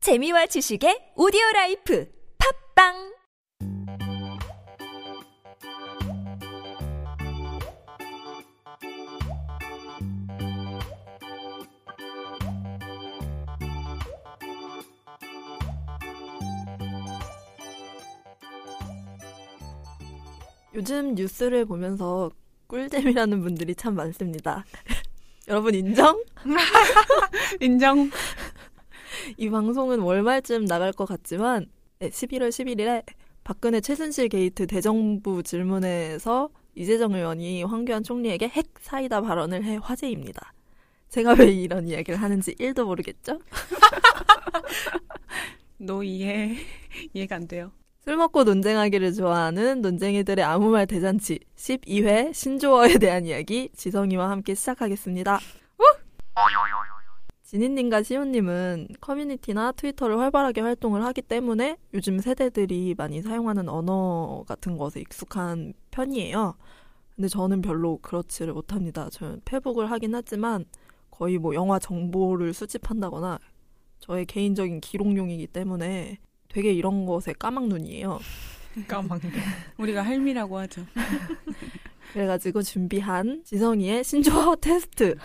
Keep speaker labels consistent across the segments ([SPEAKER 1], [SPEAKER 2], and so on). [SPEAKER 1] 재미와 지식의 오디오 라이프 팝빵
[SPEAKER 2] 요즘 뉴스를 보면서 꿀잼이라는 분들이 참 많습니다. 여러분 인정?
[SPEAKER 3] 인정.
[SPEAKER 2] 이 방송은 월말쯤 나갈 것 같지만 네, 11월 11일에 박근혜 최순실 게이트 대정부 질문에서 이재정 의원이 황교안 총리에게 핵 사이다 발언을 해 화제입니다. 제가 왜 이런 이야기를 하는지 1도 모르겠죠?
[SPEAKER 3] 너 이해 이해가 안 돼요.
[SPEAKER 2] 술 먹고 논쟁하기를 좋아하는 논쟁이들의 아무 말 대잔치 12회 신조어에 대한 이야기 지성이와 함께 시작하겠습니다. 진희님과 시온님은 커뮤니티나 트위터를 활발하게 활동을 하기 때문에 요즘 세대들이 많이 사용하는 언어 같은 것에 익숙한 편이에요. 근데 저는 별로 그렇지를 못합니다. 저는 페북을 하긴 하지만 거의 뭐 영화 정보를 수집한다거나 저의 개인적인 기록용이기 때문에 되게 이런 것에 까막눈이에요.
[SPEAKER 3] 까망대. 우리가 할미라고 하죠.
[SPEAKER 2] 그래가지고 준비한 지성이의 신조어 테스트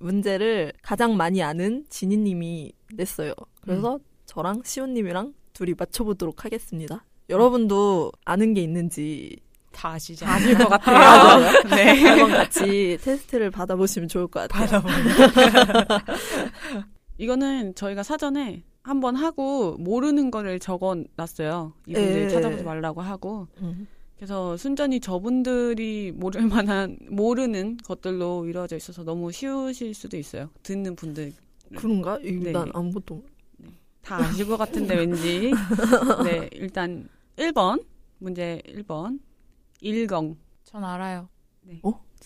[SPEAKER 2] 문제를 가장 많이 아는 진희님이 냈어요. 그래서 저랑 시온님이랑 둘이 맞춰보도록 하겠습니다. 여러분도 아는 게 있는지
[SPEAKER 3] 다 아시죠? 아실 것 같아요. 네.
[SPEAKER 2] 한번 같이 테스트를 받아보시면 좋을 것 같아요.
[SPEAKER 3] 이거는 저희가 사전에 한번 하고 모르는 거를 적어놨어요. 이분들
[SPEAKER 2] 예.
[SPEAKER 3] 찾아보지 말라고 하고.
[SPEAKER 2] 음.
[SPEAKER 3] 그래서 순전히 저분들이 모를 만한 모르는 것들로 이루어져 있어서 너무 쉬우실 수도 있어요. 듣는 분들
[SPEAKER 2] 그런가? 이거
[SPEAKER 3] 네.
[SPEAKER 2] 난 아무것도
[SPEAKER 3] 다 아실 것 같은데 왠지. 네, 일단 1번 문제 1번 일경
[SPEAKER 4] 전 알아요.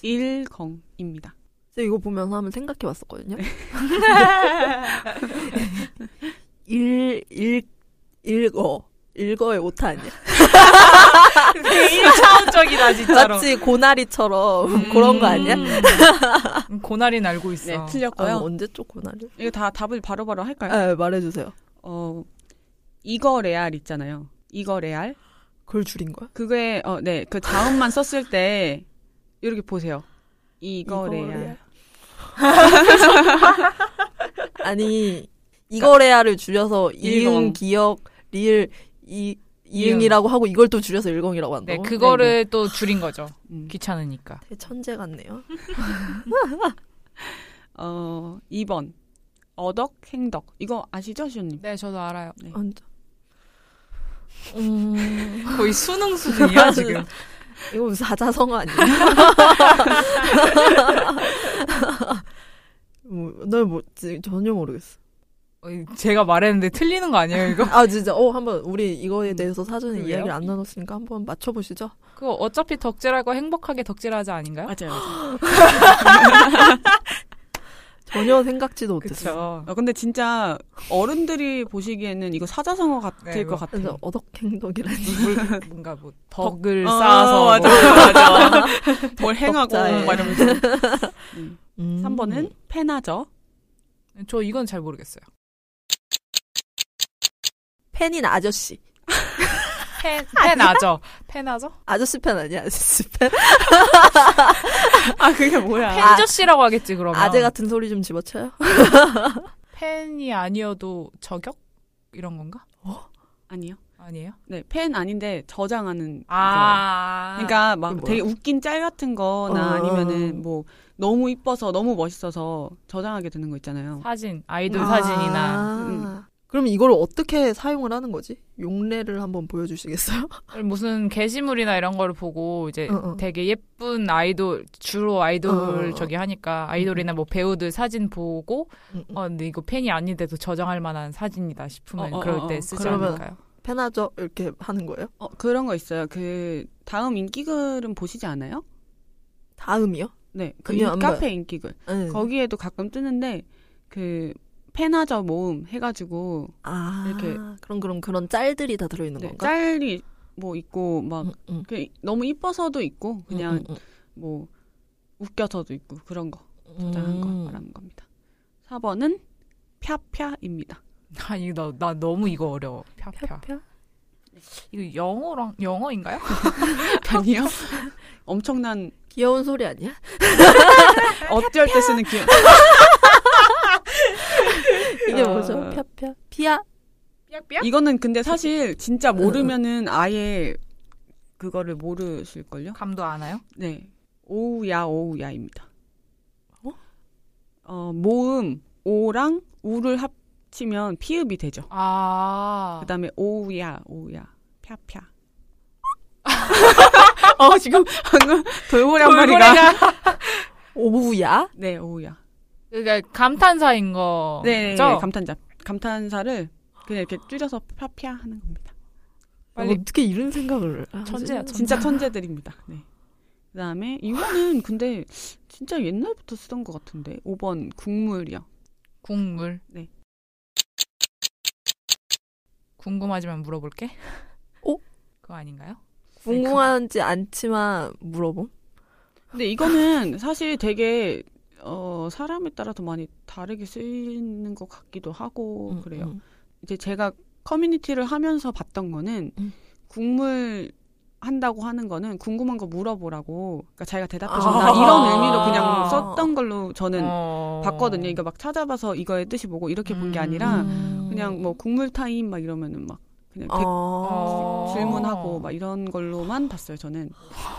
[SPEAKER 3] 일경입니다.
[SPEAKER 2] 제가 이거 보면서 한번 생각해봤었거든요. 일, 일, 읽어. 읽어의 오타 아니야. 아,
[SPEAKER 4] 일차원적이다 진짜로.
[SPEAKER 2] 마치 고나리처럼 그런 거 아니야?
[SPEAKER 4] 음, 고나린 알고 있어.
[SPEAKER 3] 네,
[SPEAKER 2] 아,
[SPEAKER 3] 틀렸고요. 아.
[SPEAKER 2] 언제 쪽 고나리?
[SPEAKER 3] 이거 다 답을 바로바로 할까요?
[SPEAKER 2] 네, 말해주세요.
[SPEAKER 3] 어, 이거 레알 있잖아요. 이거 레알.
[SPEAKER 2] 그걸 줄인 거야?
[SPEAKER 3] 그게 어, 네, 그 자음만 썼을 때 이렇게 보세요. 이거,
[SPEAKER 2] 이거
[SPEAKER 3] 레알.
[SPEAKER 2] 레알. 아니 이거래야를 줄여서 이응
[SPEAKER 3] 일공.
[SPEAKER 2] 기억 리을 이 이응이라고 하고 이걸 또 줄여서 일공이라고
[SPEAKER 4] 네,
[SPEAKER 2] 한다고?
[SPEAKER 4] 그거를 또 줄인 거죠. 그러니까.
[SPEAKER 3] 음.
[SPEAKER 4] 귀찮으니까.
[SPEAKER 2] 되게 천재 같네요.
[SPEAKER 3] 어, 2번. 어덕 행덕. 이거 아시죠, 시온님?
[SPEAKER 4] 네, 저도 알아요.
[SPEAKER 3] 네.
[SPEAKER 2] 완전. 음
[SPEAKER 4] 거의 수능 수준이야 지금.
[SPEAKER 2] 이거 무슨 사자성어 아니야? 뭐나 뭐지 전혀 모르겠어.
[SPEAKER 4] 어, 제가 말했는데 틀리는 거 아니에요 이거?
[SPEAKER 2] 아 진짜 어 한번 우리 이거에 대해서 사전에
[SPEAKER 3] 그래요?
[SPEAKER 2] 이야기를 안 나눴으니까 한번 맞춰보시죠.
[SPEAKER 4] 그거 어차피 덕질하고 행복하게 덕질하자 아닌가요?
[SPEAKER 3] 맞아요. 맞아요.
[SPEAKER 2] 전혀 생각지도 못했어.
[SPEAKER 4] 그쵸.
[SPEAKER 3] 어, 근데 진짜 어른들이 보시기에는 이거 사자성어 같을
[SPEAKER 4] 네,
[SPEAKER 3] 것
[SPEAKER 4] 이거.
[SPEAKER 3] 같아요.
[SPEAKER 2] 그래서 어덕행덕이라는
[SPEAKER 4] 뭘- 뭔가 뭐 덕을
[SPEAKER 3] 아,
[SPEAKER 4] 쌓아서
[SPEAKER 3] 맞아,
[SPEAKER 4] 뭐
[SPEAKER 3] 맞아. 뭘 행하고
[SPEAKER 2] 덕자에.
[SPEAKER 3] 막 이러면서. 음.
[SPEAKER 2] 음.
[SPEAKER 3] 3번은 페나죠.
[SPEAKER 4] 저 이건 잘 모르겠어요.
[SPEAKER 2] 팬인 아저씨.
[SPEAKER 4] 팬, 팬 아죠? 팬 아죠?
[SPEAKER 2] 아저씨 팬 아니야 아저씨 팬.
[SPEAKER 3] 아, 그게 뭐야.
[SPEAKER 4] 팬저 씨라고 하겠지 그러면.
[SPEAKER 2] 아재 같은 소리 좀 집어쳐요.
[SPEAKER 4] 팬이 아니어도 저격 이런 건가?
[SPEAKER 3] 아니요.
[SPEAKER 4] 아니에요?
[SPEAKER 3] 네, 팬 아닌데 저장하는 거예요.
[SPEAKER 4] 아,
[SPEAKER 3] 그러니까 막
[SPEAKER 2] 그게 뭐야?
[SPEAKER 3] 되게 웃긴 짤 같은 거나
[SPEAKER 2] 어.
[SPEAKER 3] 아니면은 뭐 너무 이뻐서 너무 멋있어서 저장하게 되는 거 있잖아요.
[SPEAKER 4] 사진 아이돌
[SPEAKER 3] 아.
[SPEAKER 4] 사진이나
[SPEAKER 3] 음.
[SPEAKER 2] 그럼 이걸 어떻게 사용을 하는 거지? 용례를 한번 보여주시겠어요?
[SPEAKER 4] 무슨 게시물이나 이런 거를 보고 이제
[SPEAKER 2] 어, 어.
[SPEAKER 4] 되게 예쁜 아이돌 주로
[SPEAKER 2] 어,
[SPEAKER 4] 아이돌
[SPEAKER 2] 어.
[SPEAKER 4] 저기 하니까 아이돌이나 뭐 배우들 사진 보고
[SPEAKER 2] 음.
[SPEAKER 4] 어 근데 이거 팬이 아닌데도 저장할 만한 사진이다 싶으면
[SPEAKER 3] 어, 어,
[SPEAKER 4] 그럴
[SPEAKER 3] 어, 어.
[SPEAKER 4] 때 쓰지
[SPEAKER 2] 그러면-
[SPEAKER 4] 않을까요?
[SPEAKER 2] 페나저 이렇게 하는 거예요?
[SPEAKER 3] 어, 그런 거 있어요. 그 다음 인기글은 보시지 않아요?
[SPEAKER 2] 다음이요?
[SPEAKER 3] 네, 그
[SPEAKER 2] 아니요, 네.
[SPEAKER 3] 인-
[SPEAKER 2] 안
[SPEAKER 3] 카페 인기글.
[SPEAKER 2] 응.
[SPEAKER 3] 거기에도 가끔 뜨는데 그 페나저 모음 해가지고
[SPEAKER 2] 아
[SPEAKER 3] 이렇게.
[SPEAKER 2] 그럼 그럼 그런 짤들이 다 들어있는
[SPEAKER 3] 네,
[SPEAKER 2] 건가? 음.
[SPEAKER 3] 짤이 뭐 있고 막
[SPEAKER 2] 응, 응.
[SPEAKER 3] 그 너무 이뻐서도 있고 그냥
[SPEAKER 2] 응,
[SPEAKER 3] 뭐 웃겨서도 있고 그런 거
[SPEAKER 2] 응, 응.
[SPEAKER 3] 저장한 거
[SPEAKER 2] 음.
[SPEAKER 3] 말하는 겁니다. 4번은 펴펴입니다.
[SPEAKER 4] 아, 이거 나, 나 너무 이거 어려워. 펴펴.
[SPEAKER 2] 펴펴?
[SPEAKER 4] 이거 영어랑 영어인가요?
[SPEAKER 3] 아니요? 엄청난
[SPEAKER 2] 귀여운 소리 아니야?
[SPEAKER 3] 어쩔 때 쓰는 기억.
[SPEAKER 2] 이게
[SPEAKER 3] 아.
[SPEAKER 2] 뭐죠? 펴펴. 피아.
[SPEAKER 4] 삐약삐약?
[SPEAKER 3] 이거는 근데 사실 진짜 모르면은 아예 그거를 모르실걸요?
[SPEAKER 4] 감도 안 와요?
[SPEAKER 3] 네. 오우야, 오우야입니다.
[SPEAKER 2] 어?
[SPEAKER 3] 어, 모음, 오랑 우를 합치면 피읍이 되죠.
[SPEAKER 4] 아.
[SPEAKER 3] 그 다음에 오우야, 오우야, 펴펴.
[SPEAKER 4] 어, 지금
[SPEAKER 3] 방금 돌고란 말이가.
[SPEAKER 2] 오우야.
[SPEAKER 3] 네, 오우야.
[SPEAKER 4] 그러니까 감탄사인
[SPEAKER 2] 어,
[SPEAKER 4] 거.
[SPEAKER 3] 네,
[SPEAKER 4] 죠
[SPEAKER 3] 감탄자. 감탄사를 그냥 이렇게 줄여서 펴펴 하는 겁니다.
[SPEAKER 4] 빨리.
[SPEAKER 2] 어떻게 이런 생각을 하지?
[SPEAKER 4] 천재야, 천재.
[SPEAKER 3] 진짜 천재들입니다. 네. 그 다음에 이거는 근데 진짜 옛날부터 쓰던 것 같은데. 5번 국물이요.
[SPEAKER 4] 국물.
[SPEAKER 3] 네.
[SPEAKER 4] 궁금하지만 물어볼게.
[SPEAKER 2] 어?
[SPEAKER 4] 그거 아닌가요?
[SPEAKER 2] 궁금하지 않지만 물어봄.
[SPEAKER 3] 근데 이거는 사실 되게 어, 사람에 따라 더 많이 다르게 쓰이는 것 같기도 하고
[SPEAKER 2] 음,
[SPEAKER 3] 어, 그래요.
[SPEAKER 2] 음.
[SPEAKER 3] 이제 제가 커뮤니티를 하면서 봤던 거는
[SPEAKER 2] 음.
[SPEAKER 3] 국물 한다고 하는 거는 궁금한 거 물어보라고 그러니까 자기가 대답해
[SPEAKER 2] 아.
[SPEAKER 3] 준다 이런 의미로 그냥
[SPEAKER 4] 아.
[SPEAKER 3] 썼던 걸로 저는
[SPEAKER 4] 어.
[SPEAKER 3] 봤거든요. 그러니까 막 찾아봐서 이거의 뜻이 뭐고 이렇게 본 게
[SPEAKER 4] 음.
[SPEAKER 3] 아니라
[SPEAKER 2] 음.
[SPEAKER 3] 그냥 뭐 국물 타임 막 이러면은 막 그냥
[SPEAKER 2] 어.
[SPEAKER 4] 어.
[SPEAKER 3] 대- 질문하고 막 이런 걸로만 봤어요. 저는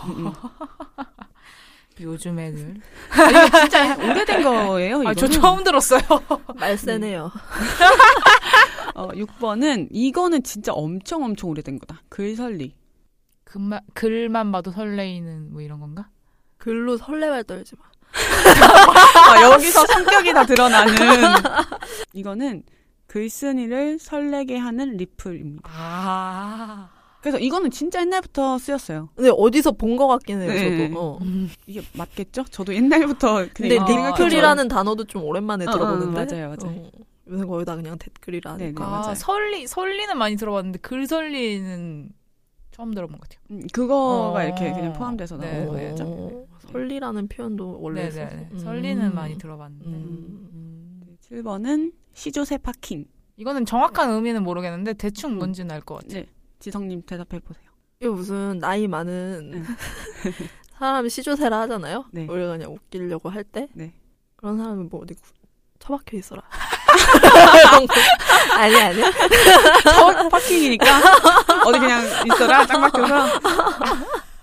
[SPEAKER 3] 음, 음.
[SPEAKER 4] 아, 요즘 애들.
[SPEAKER 3] 진짜 오래된 거예요.
[SPEAKER 4] 아, 저
[SPEAKER 3] 이거는.
[SPEAKER 4] 처음 들었어요.
[SPEAKER 2] 말세네요.
[SPEAKER 3] 어, 6번은 이거는 진짜 엄청 엄청 오래된 거다. 글설리.
[SPEAKER 4] 글만, 글만 봐도 설레이는 뭐 이런 건가?
[SPEAKER 2] 글로 설레발 떨지 마.
[SPEAKER 3] 아, 여기서 성격이 다 드러나는. 이거는 글쓴이를 설레게 하는 리플입니다.
[SPEAKER 4] 아.
[SPEAKER 3] 그래서 이거는 진짜 옛날부터 쓰였어요.
[SPEAKER 2] 근데 어디서 본 것 같긴 해요.
[SPEAKER 3] 네.
[SPEAKER 2] 저도. 어.
[SPEAKER 3] 이게 맞겠죠? 저도 옛날부터
[SPEAKER 2] 근데
[SPEAKER 3] 그냥
[SPEAKER 4] 이거
[SPEAKER 2] 리플이라는 단어도 좀 오랜만에
[SPEAKER 3] 아, 어, 어,
[SPEAKER 2] 들어보는데.
[SPEAKER 4] 네.
[SPEAKER 3] 맞아요, 맞아요.
[SPEAKER 2] 어. 요새 거의 다 그냥 댓글이라
[SPEAKER 3] 네,
[SPEAKER 2] 하니까.
[SPEAKER 3] 네. 맞아요.
[SPEAKER 4] 설리, 설리는 많이 들어봤는데 글 설리는 처음 들어본 것 같아요.
[SPEAKER 3] 음, 그거가
[SPEAKER 4] 어.
[SPEAKER 3] 이렇게 그냥 포함돼서
[SPEAKER 4] 네,
[SPEAKER 3] 나온
[SPEAKER 4] 어.
[SPEAKER 3] 거예요. 그죠?
[SPEAKER 2] 어, 설리라는 표현도 원래
[SPEAKER 4] 네네.
[SPEAKER 2] 있어서.
[SPEAKER 4] 설리는
[SPEAKER 2] 음.
[SPEAKER 4] 많이 들어봤는데.
[SPEAKER 2] 음.
[SPEAKER 4] 음.
[SPEAKER 3] 7번은 네, 시조세 파킹.
[SPEAKER 4] 이거는 정확한 의미는 모르겠는데 대충
[SPEAKER 3] 음.
[SPEAKER 4] 뭔지는 알 것 같아요.
[SPEAKER 3] 네. 지성님 대답해 보세요.
[SPEAKER 2] 이게 무슨 나이 많은
[SPEAKER 3] 응.
[SPEAKER 2] 사람이 시조세라 하잖아요.
[SPEAKER 3] 네.
[SPEAKER 2] 우리가 그냥 웃기려고 할 때
[SPEAKER 3] 네.
[SPEAKER 2] 그런 사람이 뭐 어디 구- 처박혀 있어라. 아니 아니.
[SPEAKER 3] 첫 어, 파킹이니까 어디 그냥 있어라 짱 박혀서.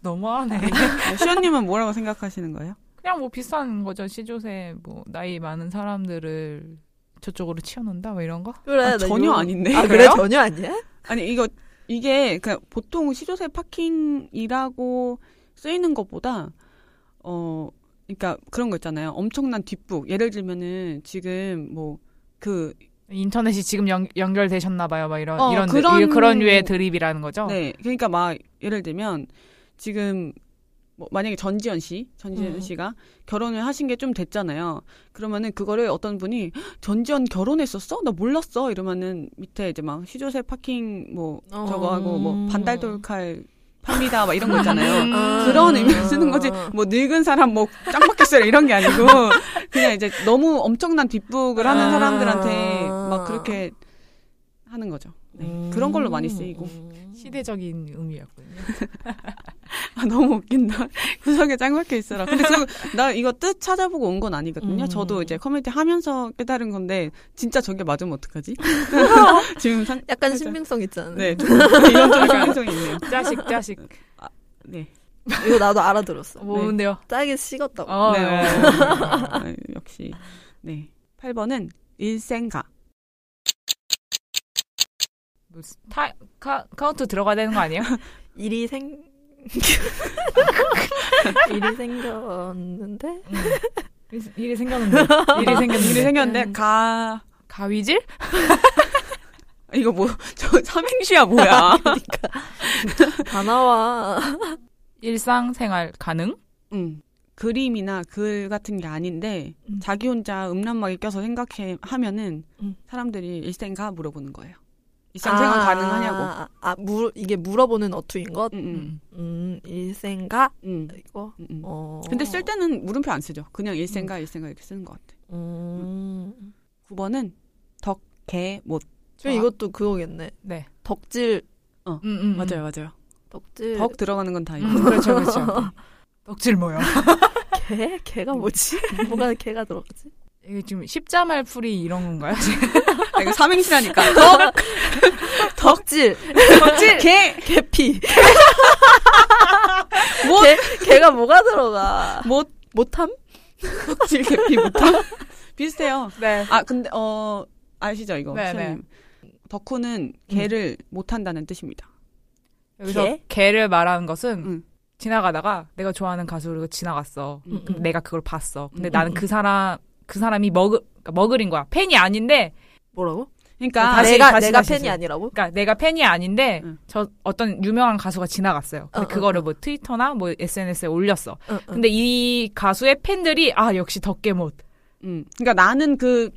[SPEAKER 4] 너무하네.
[SPEAKER 3] 어, 시연님은 뭐라고 생각하시는 거예요?
[SPEAKER 4] 그냥 뭐 비싼 거죠. 시조세 뭐 나이 많은 사람들을 저쪽으로 치워놓는다 뭐 이런 거?
[SPEAKER 2] 그래
[SPEAKER 3] 아,
[SPEAKER 2] 나
[SPEAKER 3] 전혀
[SPEAKER 2] 네, 이거-
[SPEAKER 3] 아닌데.
[SPEAKER 2] 아 그래
[SPEAKER 4] 그래요?
[SPEAKER 2] 전혀 아니야?
[SPEAKER 3] 아니 이거 이게 그냥 보통 시조세 파킹이라고 쓰이는 것보다 어 그러니까 그런 거 있잖아요. 엄청난 뒷북. 예를 들면은 지금 뭐 그
[SPEAKER 4] 인터넷이 지금 연, 연결되셨나 봐요. 막 이런
[SPEAKER 3] 어,
[SPEAKER 4] 이런 느-
[SPEAKER 3] 그런-
[SPEAKER 4] 이- 그런 류의 드립이라는 거죠.
[SPEAKER 3] 네. 그러니까 막 예를 들면 지금 뭐 만약에 전지현 씨, 전지현
[SPEAKER 2] 음.
[SPEAKER 3] 씨가 결혼을 하신 게 좀 됐잖아요. 그러면은 그거를 어떤 분이 "헉, 전지현 결혼했었어? 나 몰랐어. 이러면은 밑에 이제 막 시조세 파킹 뭐
[SPEAKER 2] 어.
[SPEAKER 3] 저거 하고 뭐 반달돌칼 팝니다. 막 이런 거 있잖아요.
[SPEAKER 4] 음.
[SPEAKER 3] 그런 의미로 쓰는 거지
[SPEAKER 2] 아.
[SPEAKER 3] 뭐 늙은 사람 뭐 짱박혔어요 이런 게 아니고 그냥 이제 너무 엄청난 뒷북을 하는
[SPEAKER 2] 아.
[SPEAKER 3] 사람들한테 막 그렇게 하는 거죠. 네.
[SPEAKER 2] 음.
[SPEAKER 3] 그런 걸로 많이 쓰이고
[SPEAKER 2] 음.
[SPEAKER 4] 시대적인 의미였군요.
[SPEAKER 3] 아 너무 웃긴다 구석에 짱박혀 있어라. 근데 그나 이거 뜻 찾아보고 온 건 아니거든요.
[SPEAKER 2] 음.
[SPEAKER 3] 저도 이제 커뮤니티 하면서 깨달은 건데 진짜 저게 맞으면 어떡하지? 지금 상
[SPEAKER 2] 약간
[SPEAKER 3] 살짝.
[SPEAKER 2] 신빙성 있잖아.
[SPEAKER 3] 네, 좀, 이런 좀 가능성이 있네요.
[SPEAKER 4] 자식 자식. 뭐
[SPEAKER 3] 네.
[SPEAKER 2] 이거 나도 알아들었어.
[SPEAKER 4] 뭔데요?
[SPEAKER 2] 짜게 식었다고.
[SPEAKER 4] 어,
[SPEAKER 3] 네.
[SPEAKER 4] 네.
[SPEAKER 3] 아, 역시. 네. 8번은 일생가.
[SPEAKER 4] 뭐 스- 타, 카, 카운트 들어가야 되는 거
[SPEAKER 3] 음.
[SPEAKER 4] 아니에요?
[SPEAKER 2] 일이 생 일이 생겼는데
[SPEAKER 4] 음. 일이- 일이 생겼는데. 일이 생겼는데.
[SPEAKER 3] 일이 생겼는데 가
[SPEAKER 4] 가위질?
[SPEAKER 3] 이거 뭐, 저 삼행시야 뭐야.
[SPEAKER 2] 다 나와.
[SPEAKER 4] 일상생활 가능?
[SPEAKER 3] 음. 그림이나 글 같은 게 아닌데,
[SPEAKER 4] 음.
[SPEAKER 3] 자기 혼자 음란막에 껴서 생각해, 하면은,
[SPEAKER 2] 음.
[SPEAKER 3] 사람들이 일생가 물어보는 거예요. 일상생활 가능하냐고.
[SPEAKER 2] 아, 아, 물, 이게 물어보는 어투인 것?
[SPEAKER 3] 음,
[SPEAKER 2] 음,
[SPEAKER 3] 음,
[SPEAKER 2] 일생가?
[SPEAKER 3] 음,
[SPEAKER 2] 이거?
[SPEAKER 3] 음, 음.
[SPEAKER 2] 어.
[SPEAKER 3] 근데 쓸 때는 물음표 안 쓰죠. 그냥 일생가, 일생가 이렇게 쓰는 것 같아.
[SPEAKER 2] 음.
[SPEAKER 3] 9번은 덕, 개, 못.
[SPEAKER 4] 아.
[SPEAKER 2] 지금 이것도 그거겠네.
[SPEAKER 4] 네.
[SPEAKER 2] 덕질,
[SPEAKER 4] 음, 음, 음.
[SPEAKER 3] 맞아요. 그
[SPEAKER 2] 덕질.
[SPEAKER 3] 덕 들어가는 건 다 이거.
[SPEAKER 4] 음, 그렇죠, 그렇죠. 덕질 모여.
[SPEAKER 2] 개? 개가 뭐지? 뭐가 개가 들어가지?
[SPEAKER 4] 이게 지금 십자말풀이 이런 건가요?
[SPEAKER 3] 아, 이거 삼행시라니까. 덕,
[SPEAKER 2] 덕질.
[SPEAKER 3] 덕질, 개,
[SPEAKER 2] 개피. 뭐?
[SPEAKER 3] 못,
[SPEAKER 2] 개가 뭐가 들어가?
[SPEAKER 3] 못,
[SPEAKER 2] 못함?
[SPEAKER 3] 덕질, 개피, 못함. 비슷해요.
[SPEAKER 4] 네.
[SPEAKER 3] 아, 근데, 어, 아시죠, 이거?
[SPEAKER 4] 네,
[SPEAKER 3] 시장님. 덕후는 개를 못한다는 뜻입니다.
[SPEAKER 4] 여기서
[SPEAKER 2] 개?
[SPEAKER 4] 개를 말하는 것은
[SPEAKER 3] 응.
[SPEAKER 4] 지나가다가 내가 좋아하는 가수를 지나갔어.
[SPEAKER 3] 음,
[SPEAKER 4] 근데 내가 그걸 봤어. 근데
[SPEAKER 2] 음,
[SPEAKER 4] 나는
[SPEAKER 2] 음,
[SPEAKER 4] 그 사람 그 사람이 먹을 그러니까 먹을인 거야. 팬이 아닌데,
[SPEAKER 2] 뭐라고?
[SPEAKER 3] 그러니까,
[SPEAKER 4] 아, 다시,
[SPEAKER 2] 아, 내가
[SPEAKER 4] 다시,
[SPEAKER 2] 내가
[SPEAKER 4] 다시
[SPEAKER 2] 팬이
[SPEAKER 4] 해주세요.
[SPEAKER 2] 아니라고?
[SPEAKER 4] 그러니까 내가 팬이 아닌데
[SPEAKER 3] 응.
[SPEAKER 4] 저 어떤 유명한 가수가 지나갔어요. 근데
[SPEAKER 2] 어,
[SPEAKER 4] 그거를 뭐 트위터나 뭐 SNS에 올렸어.
[SPEAKER 2] 응, 응.
[SPEAKER 4] 근데 이 가수의 팬들이 아 역시 덕계못.
[SPEAKER 3] 음, 그러니까 나는 그